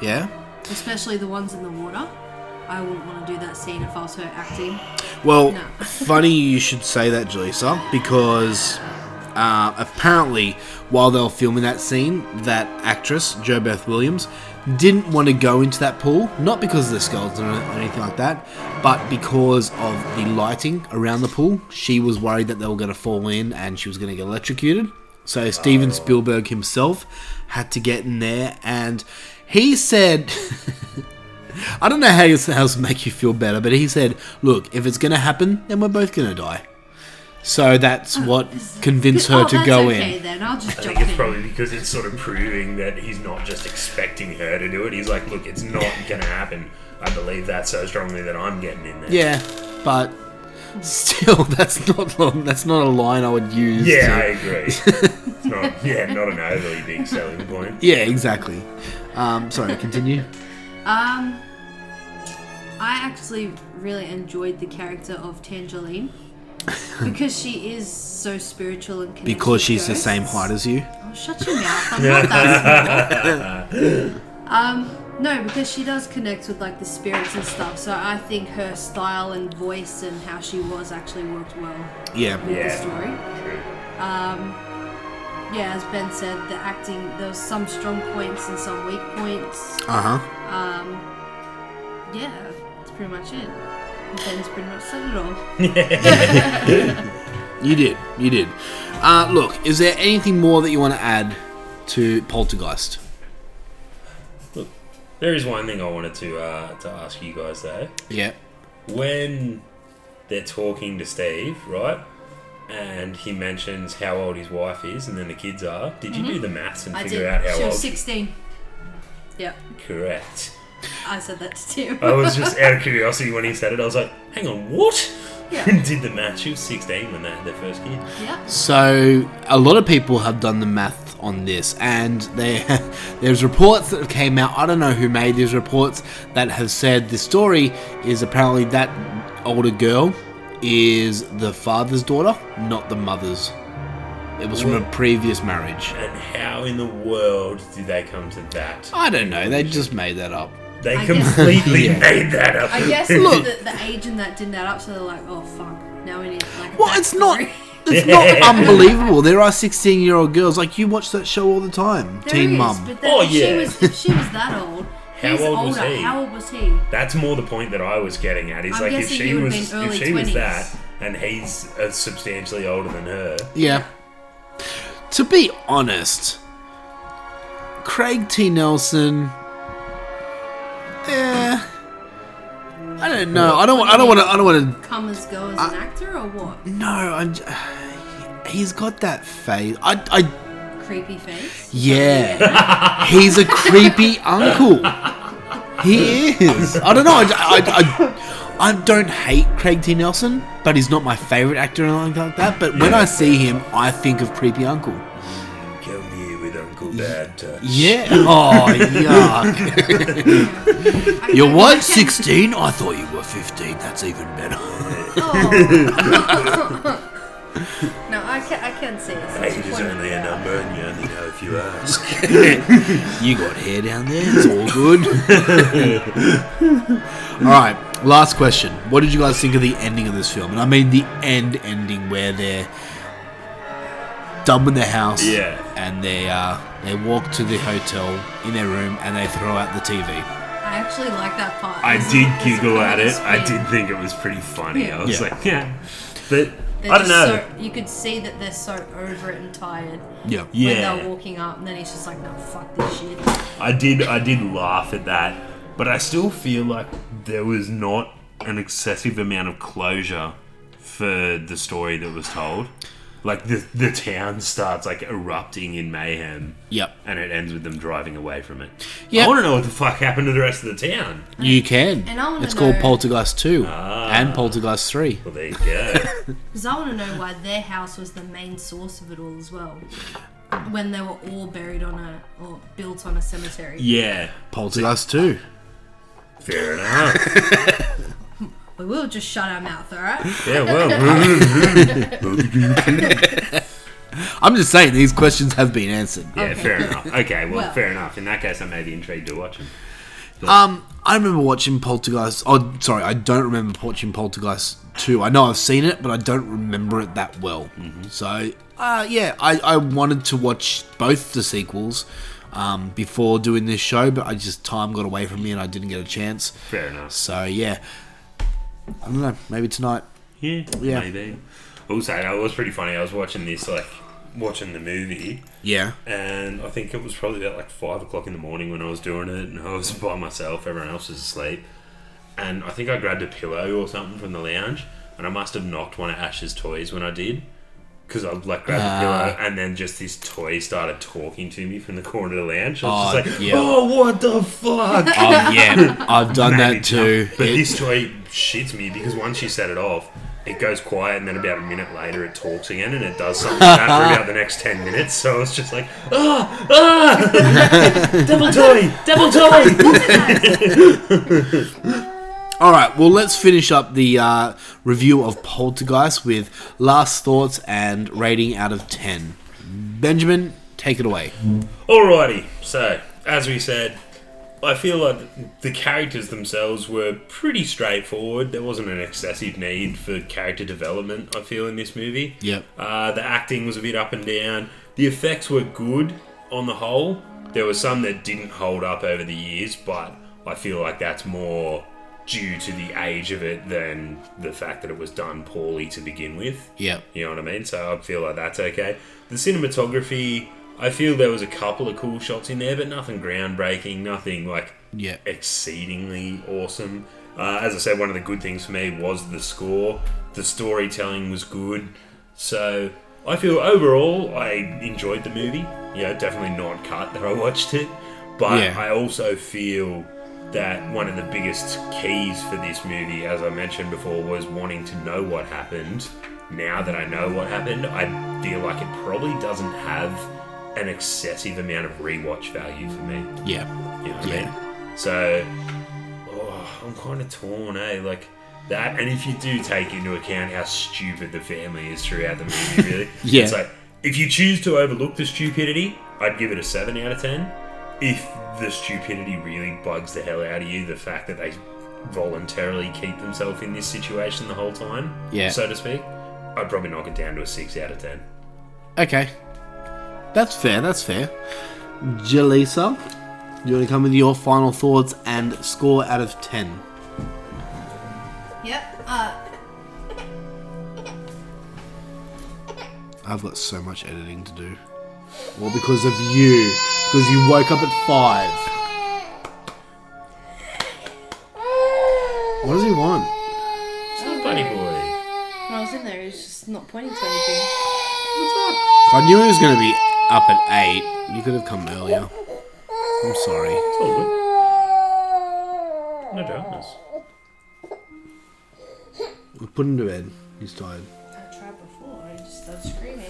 Yeah. especially the ones in the water. I wouldn't want to do that scene if I was her acting. Well, No. funny you should say that, Jaleesa, because Uh, apparently, while they were filming that scene, that actress, Jo Beth Williams, didn't want to go into that pool, not because of the skeleton or anything like that, but because of the lighting around the pool. She was worried that they were going to fall in and she was going to get electrocuted. So Steven Spielberg himself had to get in there, and he said. I don't know how this house make you feel better, but he said, "Look, if it's going to happen, then we're both going to die." So that's what convinced her oh, to that's go okay in. Then I'll just I jump think it's in. probably because it's sort of proving that he's not just expecting her to do it. He's like, look, it's not going to happen. I believe that so strongly that I'm getting in there. Yeah, but still, that's not long, that's not a line I would use. Yeah, I to- agree. it's not, yeah, not an overly big selling point. yeah, exactly. Um, sorry, continue. Um, I actually really enjoyed the character of Tangeline because she is so spiritual and connected because to she's the ghosts. same height as you. Oh, shut your mouth! I'm not that small. Um, no, because she does connect with like the spirits and stuff. So I think her style and voice and how she was actually worked well Yeah. with the Yeah. story. Um, yeah, as Ben said, the acting there was some strong points and some weak points. Uh huh. Um, yeah, that's pretty much it. Ben's pretty much said it all. You did. You did. Uh, look, is there anything more that you want to add to Poltergeist? There is one thing I wanted to uh, to ask you guys though. Yeah. When they're talking to Steve, right? And he mentions how old his wife is, and then the kids are. Did you do the maths and Mm-hmm. I figure did. out how she old? was 16. Yep, Correct. I said that to Tim. I was just out of curiosity when he said it. I was like, "Hang on, what?" Yeah. Did the math? She was sixteen when they had their first kid. Yep. So a lot of people have done the math on this, and they, there's reports that have came out. I don't know who made these reports that have said the story is apparently that older girl is the father's daughter, not the mother's. It was from a previous marriage. And how in the world did they come to that? I don't know. They just made that up. They I guess- completely Yeah. made that up. I guess Look. The, the age and that didn't add up, so they're like, oh fuck, now we need like. a Well, it's not. backstory." It's not unbelievable. There are 16 year old girls. Like, you watch that show all the time. There Teen is, Mum. But then Oh, if yeah. She was, if she was that old. How he's old older. was he? How old was he? That's more the point that I was getting at. Is I'm like if guessing she he would've was been if early she was 20s. that, and he's uh, substantially older than her. Yeah. To be honest, Craig T. Nelson. Eh. I don't know. I don't. I don't want to. I don't want Come as go as an actor or what? to. No. I'm. j- He's got that face. I. I. Creepy face. Yeah. He's a creepy uncle. He is. I don't know. I, I, I, I don't hate Craig T. Nelson, but he's not my favourite actor or anything like that. But when I see him, I think of creepy uncle. Come here with Uncle Dad. Touch. Yeah. Oh, yuck. I You're reckon what? I can- 16? I thought you were 15. That's even better. oh. No, I can I can see this. Age is only um, a number, and you only know if you ask. You got hair down there. It's all good. all right. Last question. What did you guys think of the ending of this film? And I mean the end ending where they're done with the house. Yeah. And they uh, they walk to the hotel in their room and they throw out the TV. I actually like that part. I It's- did it's giggle at comedy it. I spin. did think it was pretty funny. I was Yeah. like, yeah, but They're I don't just know. So, you could see that they're so over it and tired Yeah. when yeah, they're walking up, and then he's just like, "No, fuck this shit." I did. I did laugh at that, but I still feel like there was not an excessive amount of closure for the story that was told. Like the the town starts like erupting in mayhem, Yep. and it ends with them driving away from it. Yeah. I want to know what the fuck happened to the rest of the town. You can. And I wanna it's called know- Poltergeist 2 and Poltergeist 3. Well, there you go. Because I want to know why their house was the main source of it all as well, when they were all buried on a or built on a cemetery. yeah, Poltergeist 2. fair enough. We will just shut our mouth, all right? Yeah, well, I'm just saying, these questions have been answered. yeah, Okay. fair enough. Okay, well, Well. fair enough. In that case, I may be intrigued to watch them. Um, I remember watching Poltergeist. Oh, sorry, I don't remember watching Poltergeist 2. I know I've seen it, but I don't remember it that well. So uh, yeah, I, I wanted to watch both the sequels um, before doing this show, but I just time got away from me and I didn't get a chance. Fair enough. So yeah, I don't know. Maybe tonight. Yeah, Yeah. maybe. Also, no, it was pretty funny. I was watching this, like, watching the movie, Yeah. and I think it was probably about like five o'clock in the morning when I was doing it, and I was by myself. Everyone else was asleep, and I think I grabbed a pillow or something from the lounge, and I must have knocked one of Ash's toys when I did, because I like grabbed Ah. a pillow, and then just this toy started talking to me from the corner of the lounge. I Oh, was just like, yeah. "Oh, what the fuck!" Oh yeah, I've done that too. But It- this toy shits me because once you set it off, it goes quiet, and then about a minute later, it talks again, and it does something like that for about the next ten minutes. So it's just like, ah, ah, devil toy, devil toy. All right, well, let's finish up the uh, review of Poltergeist with last thoughts and rating out of 10. Benjamin, take it away. Alrighty, so as we said, I feel like the characters themselves were pretty straightforward. There wasn't an excessive need for character development. I feel in this movie. Yep. Uh, the acting was a bit up and down. The effects were good on the whole. There were some that didn't hold up over the years, but I feel like that's more due to the age of it than the fact that it was done poorly to begin with. Yep. You know what I mean? So I feel like that's okay. The cinematography, I feel there was a couple of cool shots in there, but nothing groundbreaking, nothing like Yeah. exceedingly awesome. Uh, as I said, one of the good things for me was the score. The storytelling was good. So I feel overall I enjoyed the movie. Yeah, definitely not cut that I watched it. But Yeah. I also feel that one of the biggest keys for this movie, as I mentioned before, was wanting to know what happened. Now that I know what happened, I feel like it probably doesn't have an excessive amount of rewatch value for me. Yeah. You know what I mean? So, oh, I'm kind of torn, eh? Like that, and if you do take into account how stupid the family is throughout the movie, really, Yeah. It's like if you choose to overlook the stupidity, I'd give it a seven out of ten. If the stupidity really bugs the hell out of you, the fact that they voluntarily keep themselves in this situation the whole time, Yeah. so to speak, I'd probably knock it down to a six out of ten. Okay. That's fair, that's fair. Jaleesa, you want to come with your final thoughts and score out of 10? Yep. Uh, I've got so much editing to do. Well, because of you. Because you woke up at 5. What does he want? Buddy boy. When I was in there, he was just not pointing to anything. If I knew it was going to be up at 8, you could have come earlier. I'm sorry. It's all good. No dramas. I put him to bed. He's tired. I tried before, I just started screaming.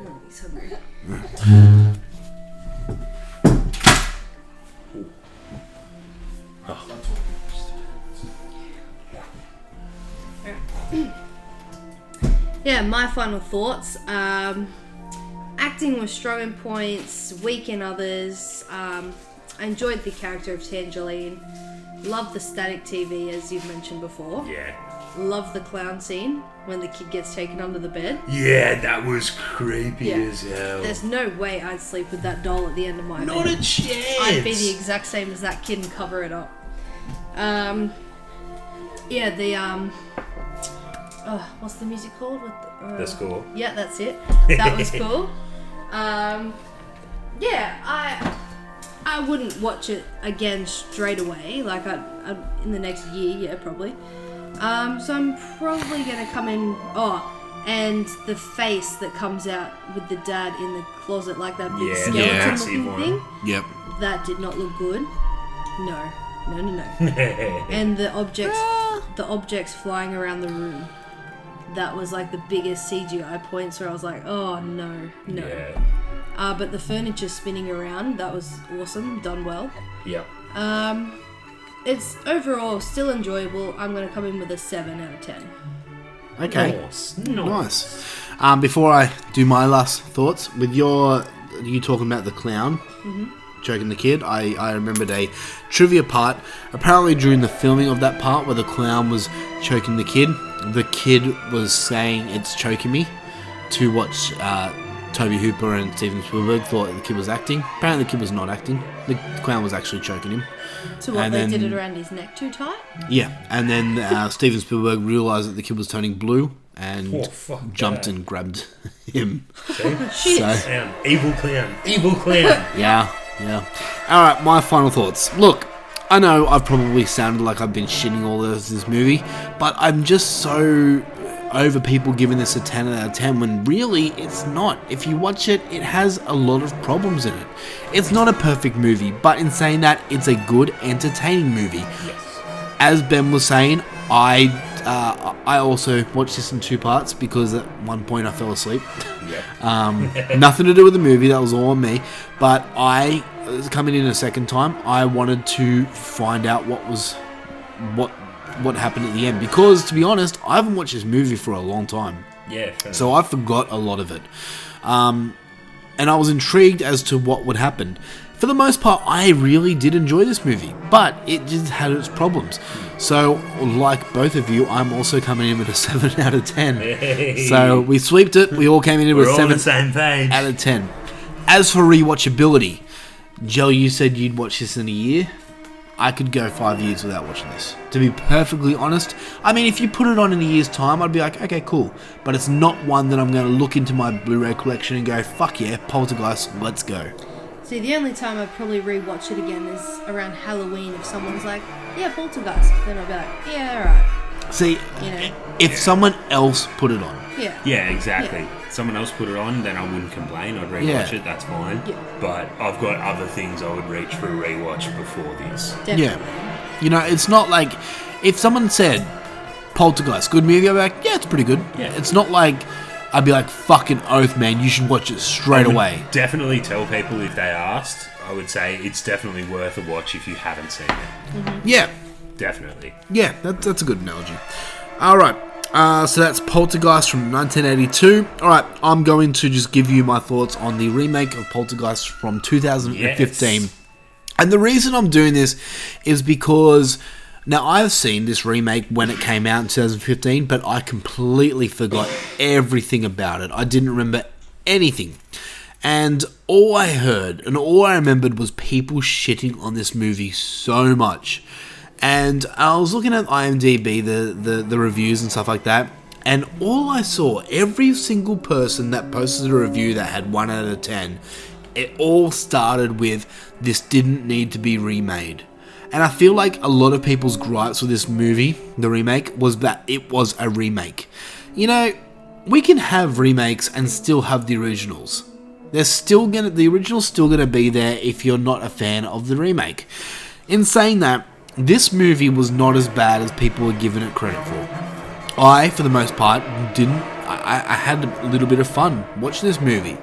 Oh, he's hungry. Yeah, my final thoughts. Um, acting was strong in points, weak in others. Um, I enjoyed the character of Tangeline. Loved the static TV, as you've mentioned before. Yeah. Love the clown scene when the kid gets taken under the bed. Yeah, that was creepy Yeah. as hell. There's no way I'd sleep with that doll at the end of my Not bed. a chance. I'd be the exact same as that kid and cover it up. Um, yeah, the um, oh, what's the music called? With the, uh, The score. Yeah, that's it. That was cool. Um, yeah, I I wouldn't watch it again straight away. Like I, I in the next year, yeah, probably. Um, so I'm probably gonna come in. Oh, and the face that comes out with the dad in the closet, like that big Yeah, the skeleton-looking massive one. thing. Yep. That did not look good. No, no, no, no. and the objects, the objects flying around the room. That was like the biggest CGI points where I was like, oh no, no. Yeah. Uh, but the furniture spinning around, that was awesome, done well. Yeah. Um, it's overall still enjoyable. I'm gonna come in with a seven out of ten. Okay. Nice. Nice. Mm-hmm. Um, before I do my last thoughts, with your you talking about the clown, choking the kid, I, I remembered a trivia part. Apparently, during the filming of that part where the clown was choking the kid, the kid was saying, It's choking me, to watch uh, Toby Hooper and Steven Spielberg thought the kid was acting. Apparently, the kid was not acting. The clown was actually choking him. So what And they then- did it around his neck too tight? Yeah, and then uh, Steven Spielberg realized that the kid was turning blue and Oh, fuck jumped that. and grabbed him. Shit. Clown. Evil clown. Evil clown. Yeah, yeah. All right, my final thoughts. Look, I know I've probably sounded like I've been shitting all over this movie, but I'm just so over people giving this a 10 out of 10 when really it's not. If you watch it, it has a lot of problems in it. It's not a perfect movie, but in saying that, it's a good, entertaining movie. As Ben was saying, I uh, I also watched this in two parts because at one point I fell asleep. Um, nothing to do with the movie. That was all on me. But I uh, coming in a second time. I wanted to find out what was what what happened at the end because to be honest, I haven't watched this movie for a long time. Yeah, fair So I forgot a lot of it. Um, and I was intrigued as to what would happen. For the most part, I really did enjoy this movie, but it just had its problems. So, like both of you, I'm also coming in with a 7 out of 10. Hey. So, we sweeped it. We all came in We're with all on the 7 same page. out of 10. As for rewatchability, Joe, you said you'd watch this in a year. I could go five years without watching this. To be perfectly honest, I mean, if you put it on in a year's time, I'd be like, okay, cool. But it's not one that I'm going to look into my Blu ray collection and go, fuck yeah, Poltergeist, let's go. See, the only time I'd probably rewatch it again is around Halloween if someone's like, yeah, Poltergeist. Then I'll be like, yeah, See, alright. You know, if someone else put it on, yeah. Yeah, exactly. Someone else put it on, then I wouldn't complain. I'd rewatch Yeah. it. That's fine. Yeah. But I've got other things I would reach for a rewatch before this. Definitely. yeah. You know, it's not like if someone said Poltergeist, good movie, I'd be like, yeah, it's pretty good. Yeah. It's not like I'd be like, fucking oath, man, you should watch it straight I would away. Definitely tell people if they asked. I would say it's definitely worth a watch if you haven't seen it. Yeah, Definitely. Yeah, that, that's a good analogy. All right. Uh, so that's Poltergeist from 1982. All right, I'm going to just give you my thoughts on the remake of Poltergeist from 2015. Yes. And the reason I'm doing this is because now I've seen this remake when it came out in 2015, but I completely forgot everything about it. I didn't remember anything. And all I heard and all I remembered was people shitting on this movie so much. And I was looking at IMDb, the, the, the reviews and stuff like that, and all I saw, every single person that posted a review that had 1 out of 10, it all started with this didn't need to be remade. And I feel like a lot of people's gripes with this movie, the remake, was that it was a remake. You know, we can have remakes and still have the originals. They're still gonna the original's still gonna be there if you're not a fan of the remake. In saying that, this movie was not as bad as people were giving it credit for. I, for the most part, didn't. I, I- I had a little bit of fun watching this movie.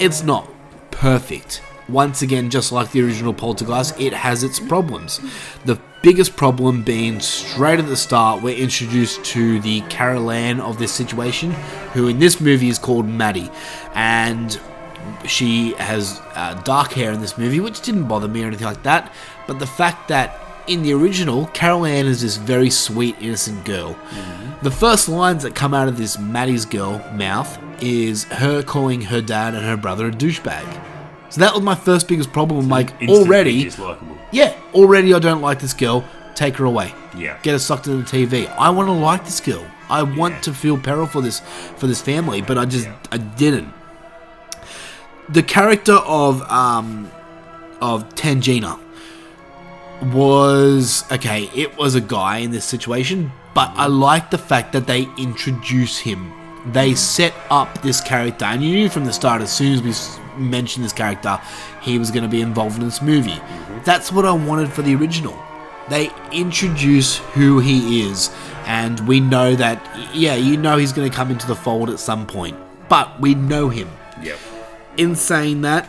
It's not perfect. Once again, just like the original Poltergeist, it has its problems. The biggest problem being straight at the start, we're introduced to the Carol Ann of this situation, who in this movie is called Maddie. And she has uh, dark hair in this movie, which didn't bother me or anything like that. But the fact that in the original, Carol Ann is this very sweet, innocent girl. Mm-hmm. The first lines that come out of this Maddie's girl mouth is her calling her dad and her brother a douchebag. So that was my first biggest problem. I'm like, Instantly already, dislikable. yeah, already I don't like this girl. Take her away. Yeah. Get her sucked into the TV. I want to like this girl. I want to feel peril for this for this family, but I just I didn't. The character of um of Tangina was okay. It was a guy in this situation, but I like the fact that they introduce him. They set up this character, and you knew from the start as soon as we s- mentioned this character, he was going to be involved in this movie. That's what I wanted for the original. They introduce who he is, and we know that, yeah, you know he's going to come into the fold at some point, but we know him. Yep. In saying that,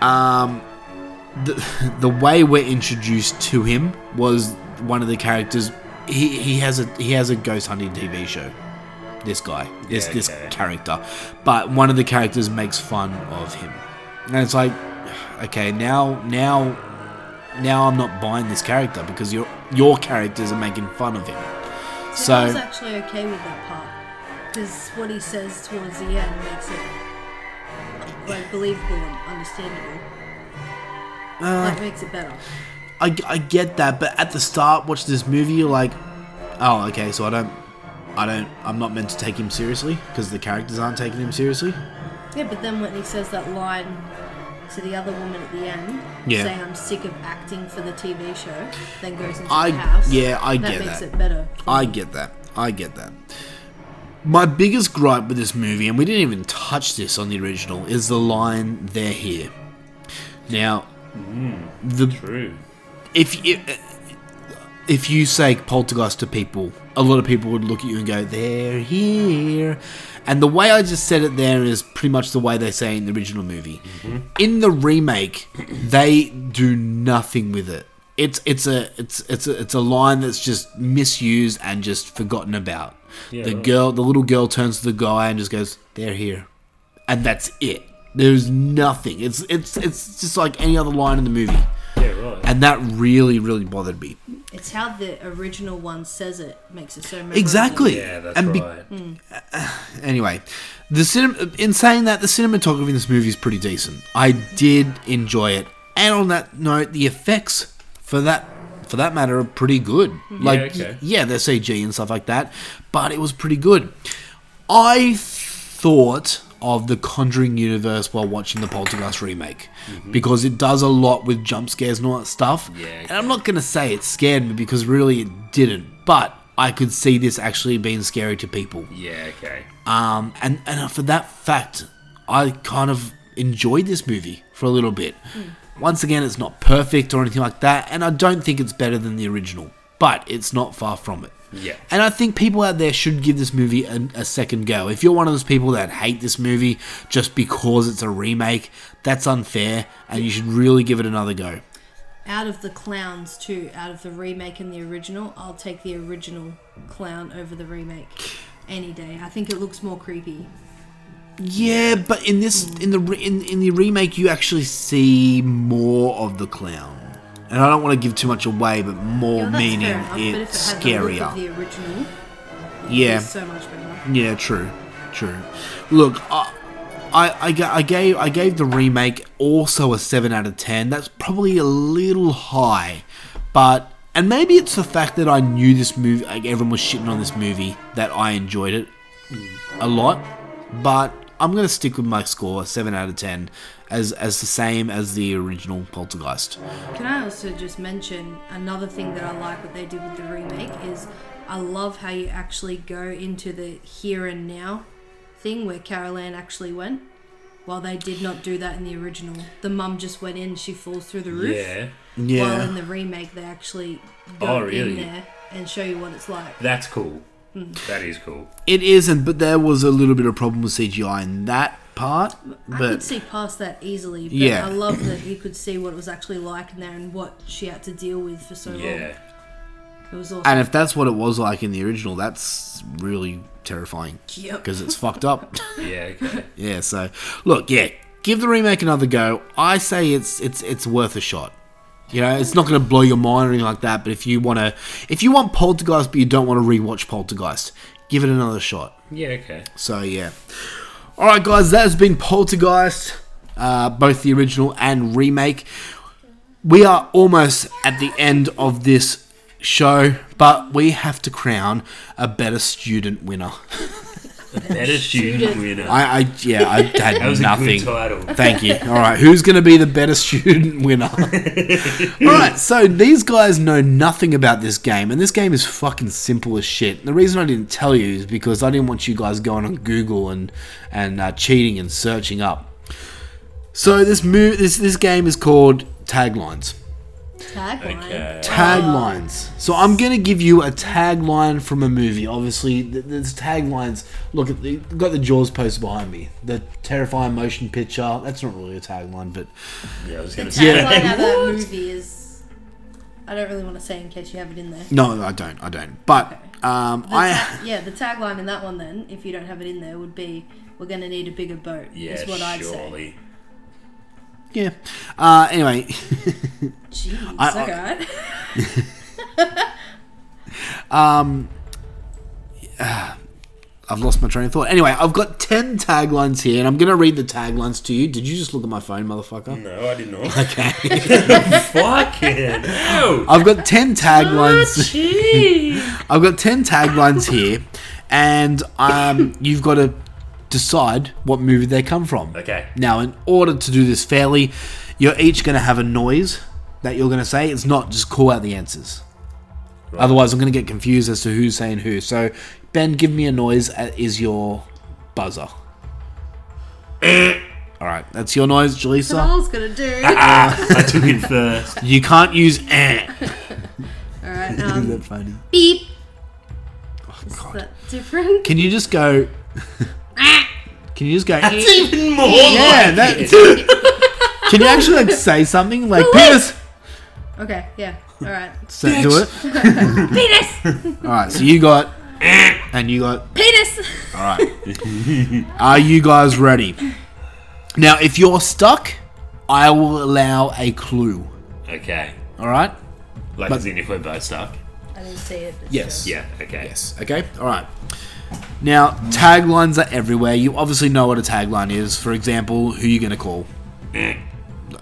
um, the, the way we're introduced to him was one of the characters. He, he has a he has a ghost hunting TV show. This guy, this Yeah, this okay. character, but one of the characters makes fun of him, and it's like, okay, now, now, now I'm not buying this character because your your characters are making fun of him. So I was actually okay with that part because what he says towards the end makes it like believable and understandable. Uh, that makes it better. I, I get that, but at the start, watch this movie, you're like, oh, okay, so I don't, I don't, I'm not meant to take him seriously because the characters aren't taking him seriously. Yeah, but then when he says that line to the other woman at the end, Yeah. saying I'm sick of acting for the TV show, then goes into I the house. yeah, I that get makes that. it better. I get that. I get that. My biggest gripe with this movie, and we didn't even touch this on the original, is the line "They're here." Now, the True. if you if you say poltergeist to people, a lot of people would look at you and go, "They're here," and the way I just said it there is pretty much the way they say it in the original movie. Mm-hmm. In the remake, they do nothing with it. It's it's a it's it's a, it's a line that's just misused and just forgotten about. Yeah, the right. girl, the little girl, turns to the guy and just goes, "They're here," and that's it. There's nothing. It's it's it's just like any other line in the movie. Yeah, right. And that really, really bothered me. It's how the original one says it makes it so memorable. Exactly. And be- Hmm. Mm. Anyway, the cinem- in saying that, the cinematography in this movie is pretty decent. I did enjoy it, and on that note, the effects for that for that matter are pretty good. Like, Mm-hmm. Yeah, okay. yeah, they're CG and stuff like that, but it was pretty good. I thought of the Conjuring universe while watching the Poltergeist remake because it does a lot with jump scares and all that stuff. Mm-hmm. Yeah, And I'm not going to say it scared me because really it didn't, but I could see this actually being scary to people. Yeah, okay. Um, and, and for that fact, I kind of enjoyed this movie for a little bit. Once again, it's not perfect or anything like that, and I don't think it's better than the original, but it's not far from it. Yeah. And I think people out there should give this movie a, a second go. If you're one of those people that hate this movie just because it's a remake, that's unfair, and you should really give it another go. Out of the clowns too, out of the remake and the original, I'll take the original clown over the remake any day. I think it looks more creepy. Yeah, but in this in the re- in, in the remake you actually see more of the clown. And I don't want to give too much away, but more Yeah, that's meaning fair enough, but if it's it had The, look scarier. of the original. it'd be Yeah. so much better. Yeah, true, true. Look, I, I, I, ga- I gave I gave the remake also a seven out of ten. That's probably a little high, but and maybe it's the fact that I knew this movie, like everyone was shitting on this movie, that I enjoyed it a lot. But I'm gonna stick with my score, seven out of ten, as as the same as the original Poltergeist. Can I also just mention another thing that I like what they did with the remake is I love how you actually go into the here and now thing where Carol Ann actually went. While they did not do that in the original, the mum just went in, she falls through the roof. Yeah. Yeah. While in the remake, they actually go Oh, in really? there and show you what it's like. That's cool. That is cool. It isn't, but there was a little bit of problem with CGI in that part. But I could see past that easily, but Yeah. I love that you could see what it was actually like in there and what she had to deal with for so long. Yeah. It was awesome. And if that's what it was like in the original, that's really terrifying. Yep. Because it's fucked up. Yeah, okay. yeah, so look, yeah, give the remake another go. I say it's it's it's worth a shot. You know, it's not going to blow your mind or anything like that, but if you want to if you want Poltergeist but you don't want to rewatch Poltergeist, give it another shot. Yeah, okay. So yeah. All right, guys, that has been Poltergeist, uh, both the original and remake. We are almost at the end of this show, but we have to crown a better student winner. Better student winner. I, I yeah, I had that was nothing. a good title. Thank you. All right, who's going to be the better student winner? All right, so these guys know nothing about this game, and this game is fucking simple as shit. The reason I didn't tell you is because I didn't want you guys going on Google and and uh, cheating and searching up. So this move, this this game is called taglines. Tagline. Okay. Taglines. So I'm going to give you a tagline from a movie. Obviously, th- there's taglines. Look, at the, got the Jaws poster behind me. The terrifying motion picture. That's not really a tagline, but Yeah, I was gonna The say. tagline of that movie is. I don't really want to say in case you have it in there. no, no, I don't. I don't. But um, The I ta- yeah, the tagline in that one then, if you don't have it in there, would be "We're gonna need a bigger boat." Yeah, is what I'd say. surely. yeah. Uh, anyway, Jeez, I- I, um, uh, I've lost my train of thought. Anyway, I've got ten taglines here, and I'm gonna read the taglines to you. Did you just look at my phone, motherfucker? No, Oh, I did not. Okay. Fucking hell. I've got ten taglines. Gee. I've got ten taglines here, and um, you've got to decide what movie they come from. Okay. Now, in order to do this fairly, you're each going to have a noise that you're going to say. It's not just call out the answers. Otherwise, I'm going to get confused as to who's saying who. So, Ben, give me a noise that is your buzzer. All right, that's your noise, That's what Jaleesa. I was gonna do. I took it first. You can't use eh. All right, Isn't um, that funny? beep. Oh, Is that different? Can you just go? Can you just go? That's even more Yeah, that. Can you actually like say something like penis? Okay, yeah. All right. So do it. Penis. All right. So you got, and you got. Penis. All right. Are you guys ready? Now, if you're stuck, I will allow a clue. Okay. All right. Like, But- as in if we're both stuck. I didn't see it. It's Yes. Yeah, okay. Yes. Okay. All right. Now, taglines are everywhere. You obviously know what a tagline is. For example, who you gonna call?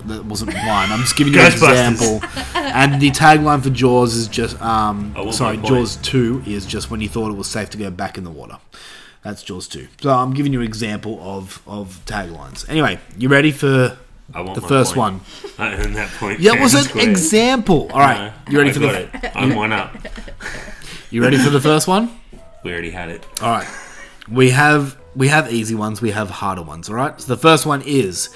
That wasn't mine. I'm just giving you an Ghostbusters. example. And the tagline for Jaws is just um I want sorry, my point. Jaws two is just when you thought it was safe to go back in the water. That's Jaws two. So I'm giving you an example of of taglines. Anyway, you ready for I want the my first one? point. I earned that point. That fair was and an square. example. All right, No, you ready I for the got it. I'm one up. you ready for the first one? We already had it. All right. We have we have easy ones, we have harder ones, all right? So the first one is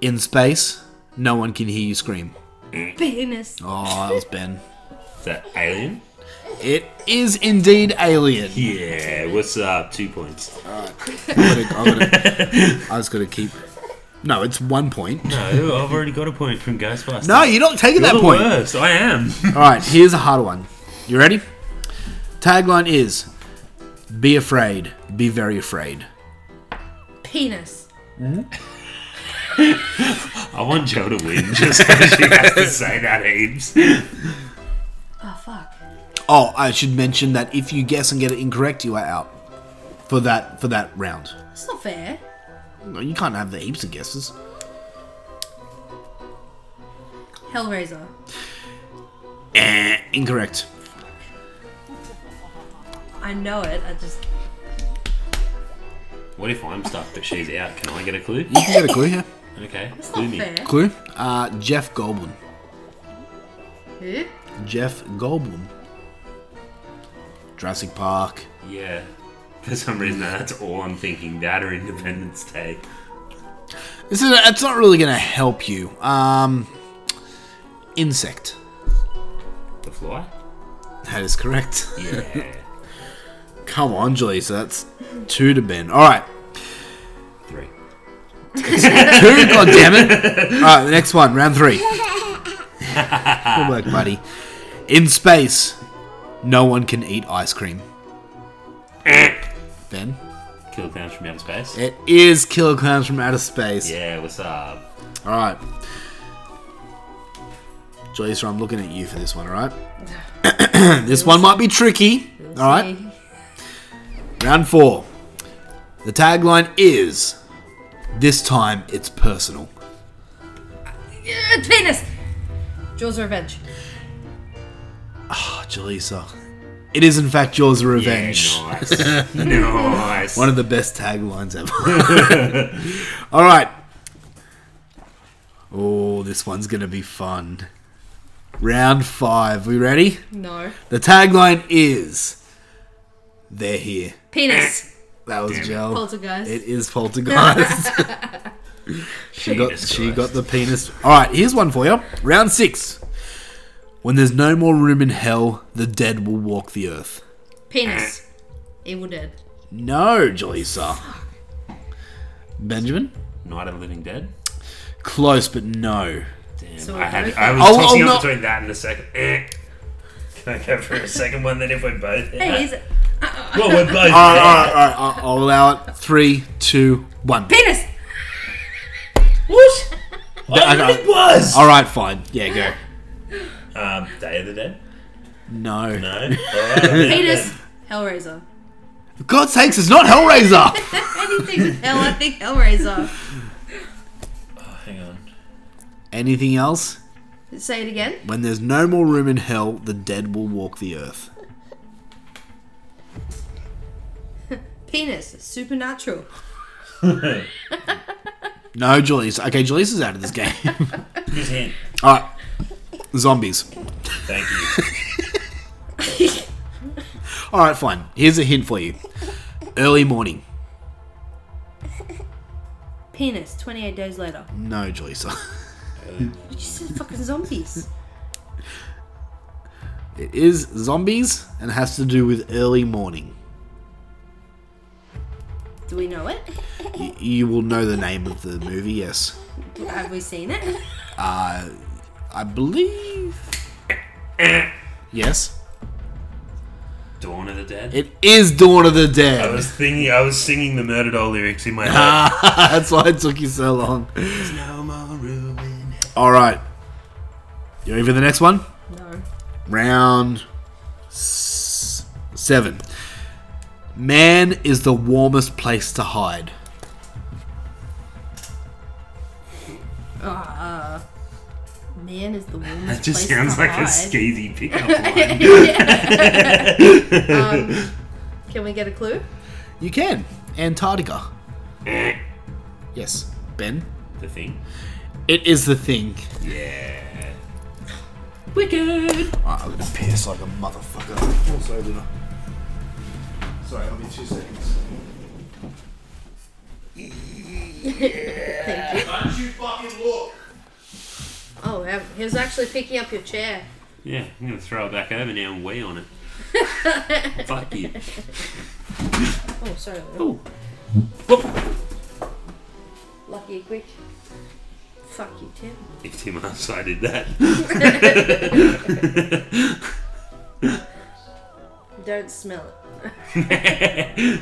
in space, no one can hear you scream. Penis. Oh, that was Ben. Is that Alien? It is indeed alien. Yeah, what's up? Two points. I, gotta, I, gotta, I was gonna keep. No, it's one point. No, Oh, I've already got a point from Ghostbusters. No, you're not taking You're that the point. worst. I am. All right, here's a harder one. You ready? Tagline is: Be afraid, be very afraid. Penis. I want Joe to win just because she has to say that heaps. Oh fuck. Oh, I should mention that if you guess and get it incorrect, you are out for that for that round. That's not fair. No, you can't have the heaps of guesses. Hellraiser. Eh, incorrect. I know it. I just. What if I'm stuck but she's out? Can I get a clue? You can get a clue here. Okay, That's clue not me. fair. Clue? Uh, Jeff Goldblum. Who? Jeff Goldblum. Jurassic Park. Yeah. For some reason, that's all I'm thinking. That or Independence Day. This is. It's not really gonna help you. Um, insect. The Fly? That is correct. Yeah. Come on, Julie. So that's two to Ben. All right. Three. Two. God damn it. All right. The next one. Round three. Good work, buddy. In space, no one can eat ice cream. ben. Kill Clowns from Outer Space? It is Killer Clowns from Outer Space. Yeah, what's up? All right. Jaleesa, I'm looking at you for this one, all right? this one might be tricky. All right. Round four. The tagline is This time it's personal. Yeah, penis. Jaws of Revenge. Oh, Jaleesa. It is, in fact, Jaws of Revenge. Yeah, nice. nice. One of the best taglines ever. all right. Oh, this one's going to be fun. Round five. We ready? No. The tagline is They're here. Penis. That was Joe. Poltergeist. It is poltergeist. she got Jesus she Christ. got the penis. All right, here's one for you. Round six. When there's no more room in hell, the dead will walk the earth. Penis. Evil Dead. No, Jaleesa. Benjamin, Night of the Living Dead? close but no. Damn, So I, had, both- I was I'll- tossing I'll up not- between that and the second. Eh. Can I go for a second one then if we're both Hey, out? is it? Well, we're both All right, out. all right, all right. I'll, I'll allow it. Three, two, one. Penis. I okay. Oh, it was. All right, fine. Yeah, go. Um, Day of the Dead. No. No. All right, then. Penis. Hellraiser. For God's sakes, it's not Hellraiser. Anything with hell, I think Hellraiser. Oh, hang on. Anything else? Say it again. When there's no more room in hell, the dead will walk the earth. Penis. Supernatural. No, Jaleesa. Okay, Jaleesa's out of this game. His hand. All right. Zombies. Thank you. All right, fine. Here's a hint for you. Early morning. Penis. 28 days later. No, Jaleesa. You just said fucking zombies. It is zombies and has to do with early morning. Do we know it? Y- you will know the name of the movie, yes. Have we seen it? I believe. Yes. Dawn of the Dead. It is Dawn of the I Dead. was thinking. I was singing the Murder Doll lyrics in my head. That's why it took you so long. All right. You ready for the next one? No. Round s- seven. Man is the warmest place to hide. Man is the warmest That just place sounds to like hide. a skeezy pickup line. Can we get a clue? You can. Antarctica. yes. Ben? the thing. It is the thing. Yeah. Wicked. Alright, I'm gonna piss like a motherfucker. Also, dinner. Sorry, I'll be two seconds. Oh, wow, he was actually picking up your chair. Yeah, I'm gonna throw it back over now and wee on it. Fuck you. Oh, sorry. Ooh. Whoop. Lucky, quick. Fuck you, Tim. If Tim asks, I did that. Don't smell it.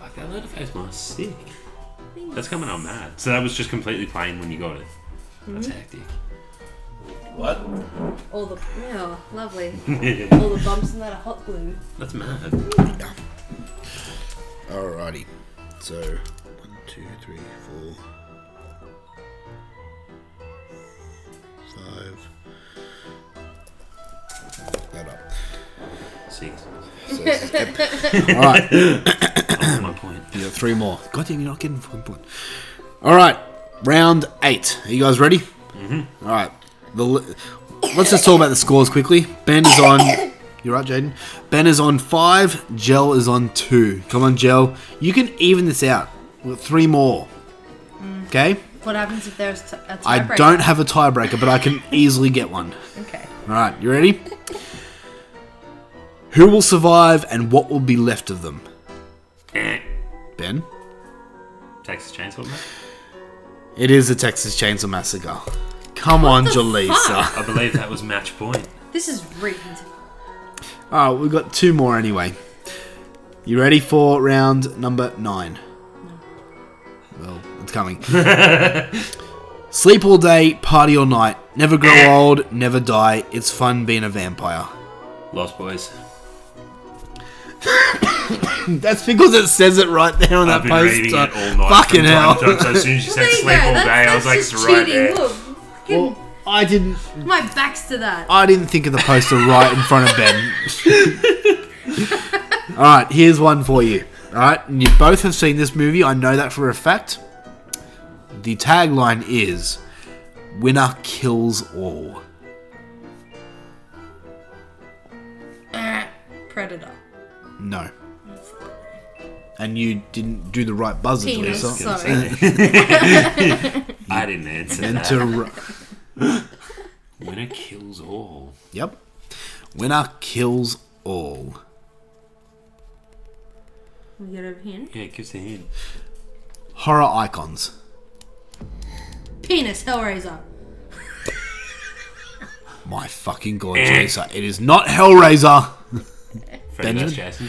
Fuck that leather face mask, sick. That's coming on mad. So that was just completely plain when you got it. That's Hmm? hectic. What? All the yeah, lovely. That's All the bumps in that are hot glue. mad. Alrighty. So, one, two, three, four, five. That up. Six. Alright, you That's my point. got three more. God damn, you're not getting one point. Alright, round eight. Are you guys ready? Mm-hmm. Alright. The li- Let's just talk about the scores quickly. Ben is on. You're right, Jaden. Ben is on five. Gel is on two. Come on, Gel. You can even this out. We've got three more. Okay? What happens if there's t- a I tiebreaker? don't have a tiebreaker, but I can easily get one. Okay. All right, you ready? Who will survive and what will be left of them? Ben? Texas Chainsaw Massacre. It is the Texas Chainsaw Massacre. Come on, the Jaleesa. fuck? I believe that was match point. This is rigged. All right, we've got two more anyway. You ready for round number nine? Well, it's coming. Sleep all day, party all night. Never grow old, never die. It's fun being a vampire. Lost Boys. That's because it says it right there on I've that been poster. reading it all night. Fucking from time hell. to time, So as soon as you There said you sleep go, all that's- day, I was that's like, just it's right cheating. there. Look, Well, I didn't. my back's to that. I didn't think of the poster right in front of Ben. all right, here's one for you. All right, and you both have seen this movie. I know that for a fact. The tagline is "Winner kills all." Ah. Predator. No. And you didn't do the right buzzer, Penis. Lisa. Sorry. I didn't answer that. Enter. Winner kills all. Yep. Winner kills all. we get over here. Yeah, it gives the hint. Horror icons. Penis. Hellraiser. My fucking god, Jason. It is not Hellraiser. Freddy Benjamin? vs. Jason.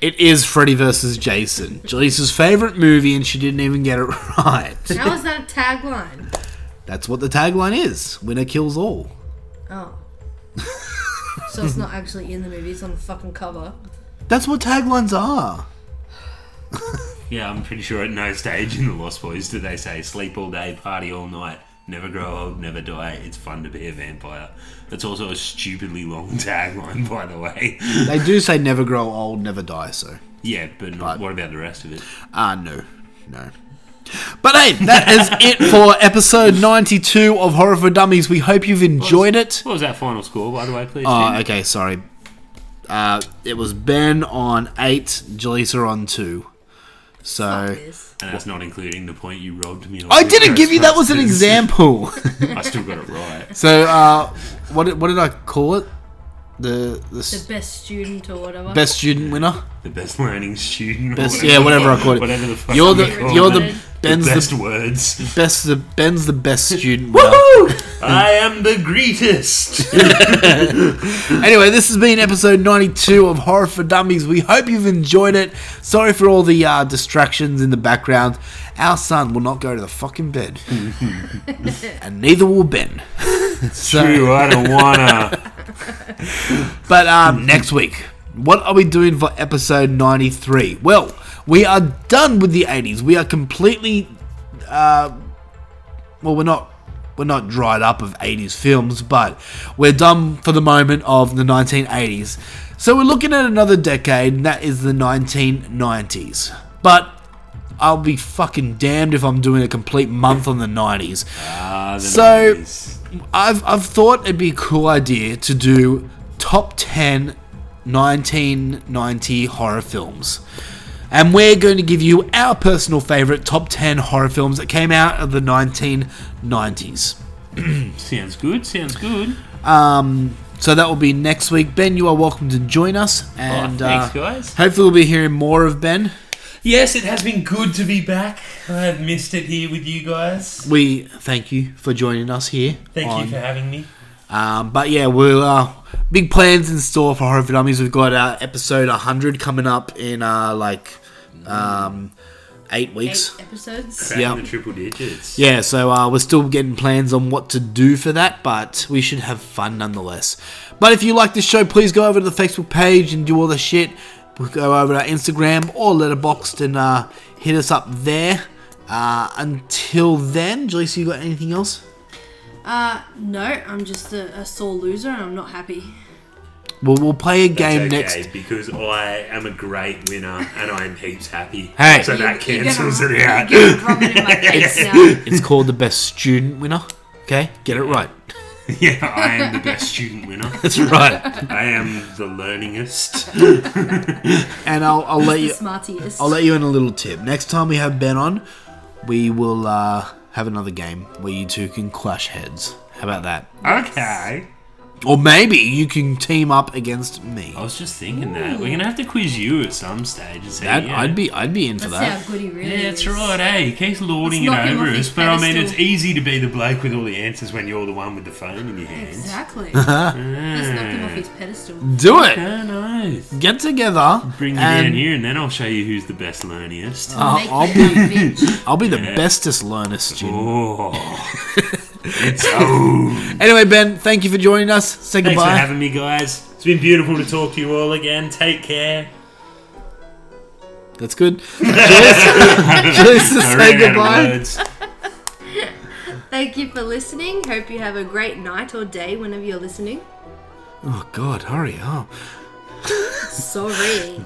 It is Freddy versus Jason, Jaleesa's favorite movie, and she didn't even get it right. How is that a tagline? That's what the tagline is: "Winner kills all." Oh. so it's not actually in the movie, it's on the fucking cover. That's what taglines are. Yeah, I'm pretty sure at no stage in The Lost Boys did they say sleep all day, party all night, never grow old, never die, it's fun to be a vampire. That's also a stupidly long tagline, by the way. They do say never grow old, never die. So Yeah, but, not, what about the rest of it? ah, no, no. But hey, that is it for episode 92 of Horror for Dummies. We hope you've enjoyed it. What was that final score, by the way, please? Oh, Tim? okay, sorry. Uh, it was Ben on eight, Jaleesa on two. So And that's not including the point you robbed me on. I didn't give you that was an example. I still got it right. so uh, what did, what did I call it? The The the s- best student or whatever. best student winner. The best learning student. or Best yeah, whatever I called it. Whatever the fuck you're the you call you're it. the Ben's best the words. best the Ben's the best student winner. I am the greatest. Anyway, this has been episode 92 of Horror for Dummies. We hope you've enjoyed it. Sorry for all the uh, distractions in the background. Our son will not go to the fucking bed. and neither will Ben. so, True, I don't wanna. But um, next week, what are we doing for episode 93? Well, we are done with the 80s. We are completely. Uh, well, we're not. We're not dried up of 80s films, but we're done for the moment of the 1980s. So we're looking at another decade, and that is the 1990s. But I'll be fucking damned if I'm doing a complete month on the 90s. Ah, the So- 90s. I've, I've thought it'd be a cool idea to do top 10 1990 horror films. And we're going to give you our personal favourite top 10 horror films that came out of the 1990s. sounds good. Sounds good. Um, so that will be next week. Ben, you are welcome to join us. And Oh, thanks, uh, guys. hopefully, we'll be hearing more of Ben. Yes, it has been good to be back. I've missed it here with you guys. We thank you for joining us here. Thank on you for having me. Um, but yeah, we'll uh, big plans in store for Horror for Dummies. We've got uh, episode 100 coming up in uh, like um, eight weeks. Eight episodes. Back Yeah. in the triple digits. Yeah, so uh, we're still getting plans on what to do for that, but we should have fun nonetheless. But if you like this show, please go over to the Facebook page and do all the shit. We'll go over to our Instagram or Letterboxd and uh, hit us up there. Uh, until then, Jaleesa, you got anything else? Uh, no, I'm just a, a sore loser and I'm not happy. Well, we'll play a That's game okay, next because I am a great winner and I am heaps happy. Hey. so that You- you gotta- cancels it out. You gotta rub it in my face now. It's called the best student winner. Okay, get it right. yeah, I am the best student winner. That's right. I am the learningest. And I'll, I'll let you. Smartiest. I'll let you in a little tip. Next time we have Ben on, we will uh, have another game where you two can clash heads. How about that? Okay. Or maybe you can team up against me. I was just thinking that we're gonna have to quiz you at some stage and say, That, yeah. I'd be I'd be in for That's that. how good he really Yeah, is. that's right, eh? He keeps lording it Let's knock him over off us, his but I mean, it's pedestal. easy to be the bloke with all the answers when you're the one with the phone in your hands. Exactly. Let's Uh-huh. knock Mm. him off his pedestal. Do it. Yeah, nice. Get together. Bring you down and Uh, here, and then I'll show you who's the best learniest. I'll- Make I'll that be bitch. I'll be the Yeah. bestest learner student. Oh, it's oh. Anyway, Ben, thank you for joining us. Say Thanks for goodbye. having me, guys. It's been beautiful to talk to you all again. Take care. That's good. Cheers. Cheers to I say ran out of goodbye. words. Thank you for listening. Hope you have a great night or day whenever you're listening. Oh God, hurry up. Sorry.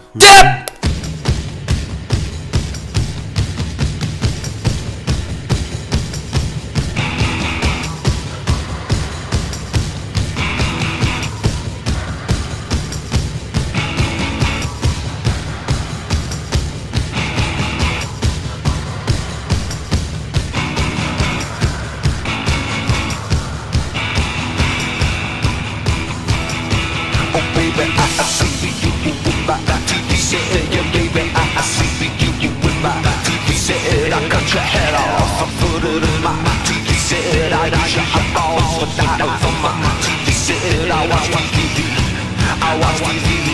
Oh baby, I, I see that you, you with my TV set. Yeah, baby, I, I see that you, you with my TV set. I got your head off, I put it in my TV set. I got your eyeballs, but not over my TV set. I watch my TV, I watch my TV.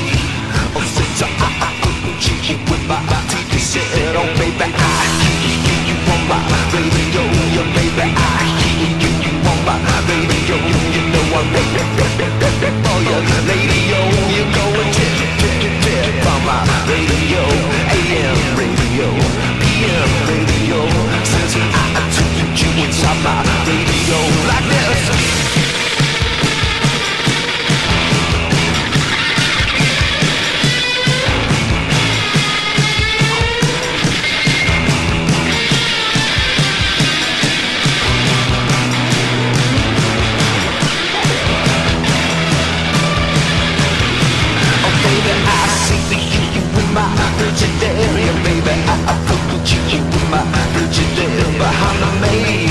Oh, since I, I, I couldn't cheeky with my TV set. Oh, baby, I hear you, you on my radio. Yeah, baby, I hear you, you on my radio. You know I'm baby, baby, baby, for your lady. Oh, you going tip, tip, tip, tip on my radio. AM radio, PM radio. Since I took you inside my radio like this. Frigidaire, baby, I, I put the chicken with my Frigidaire behind the maid.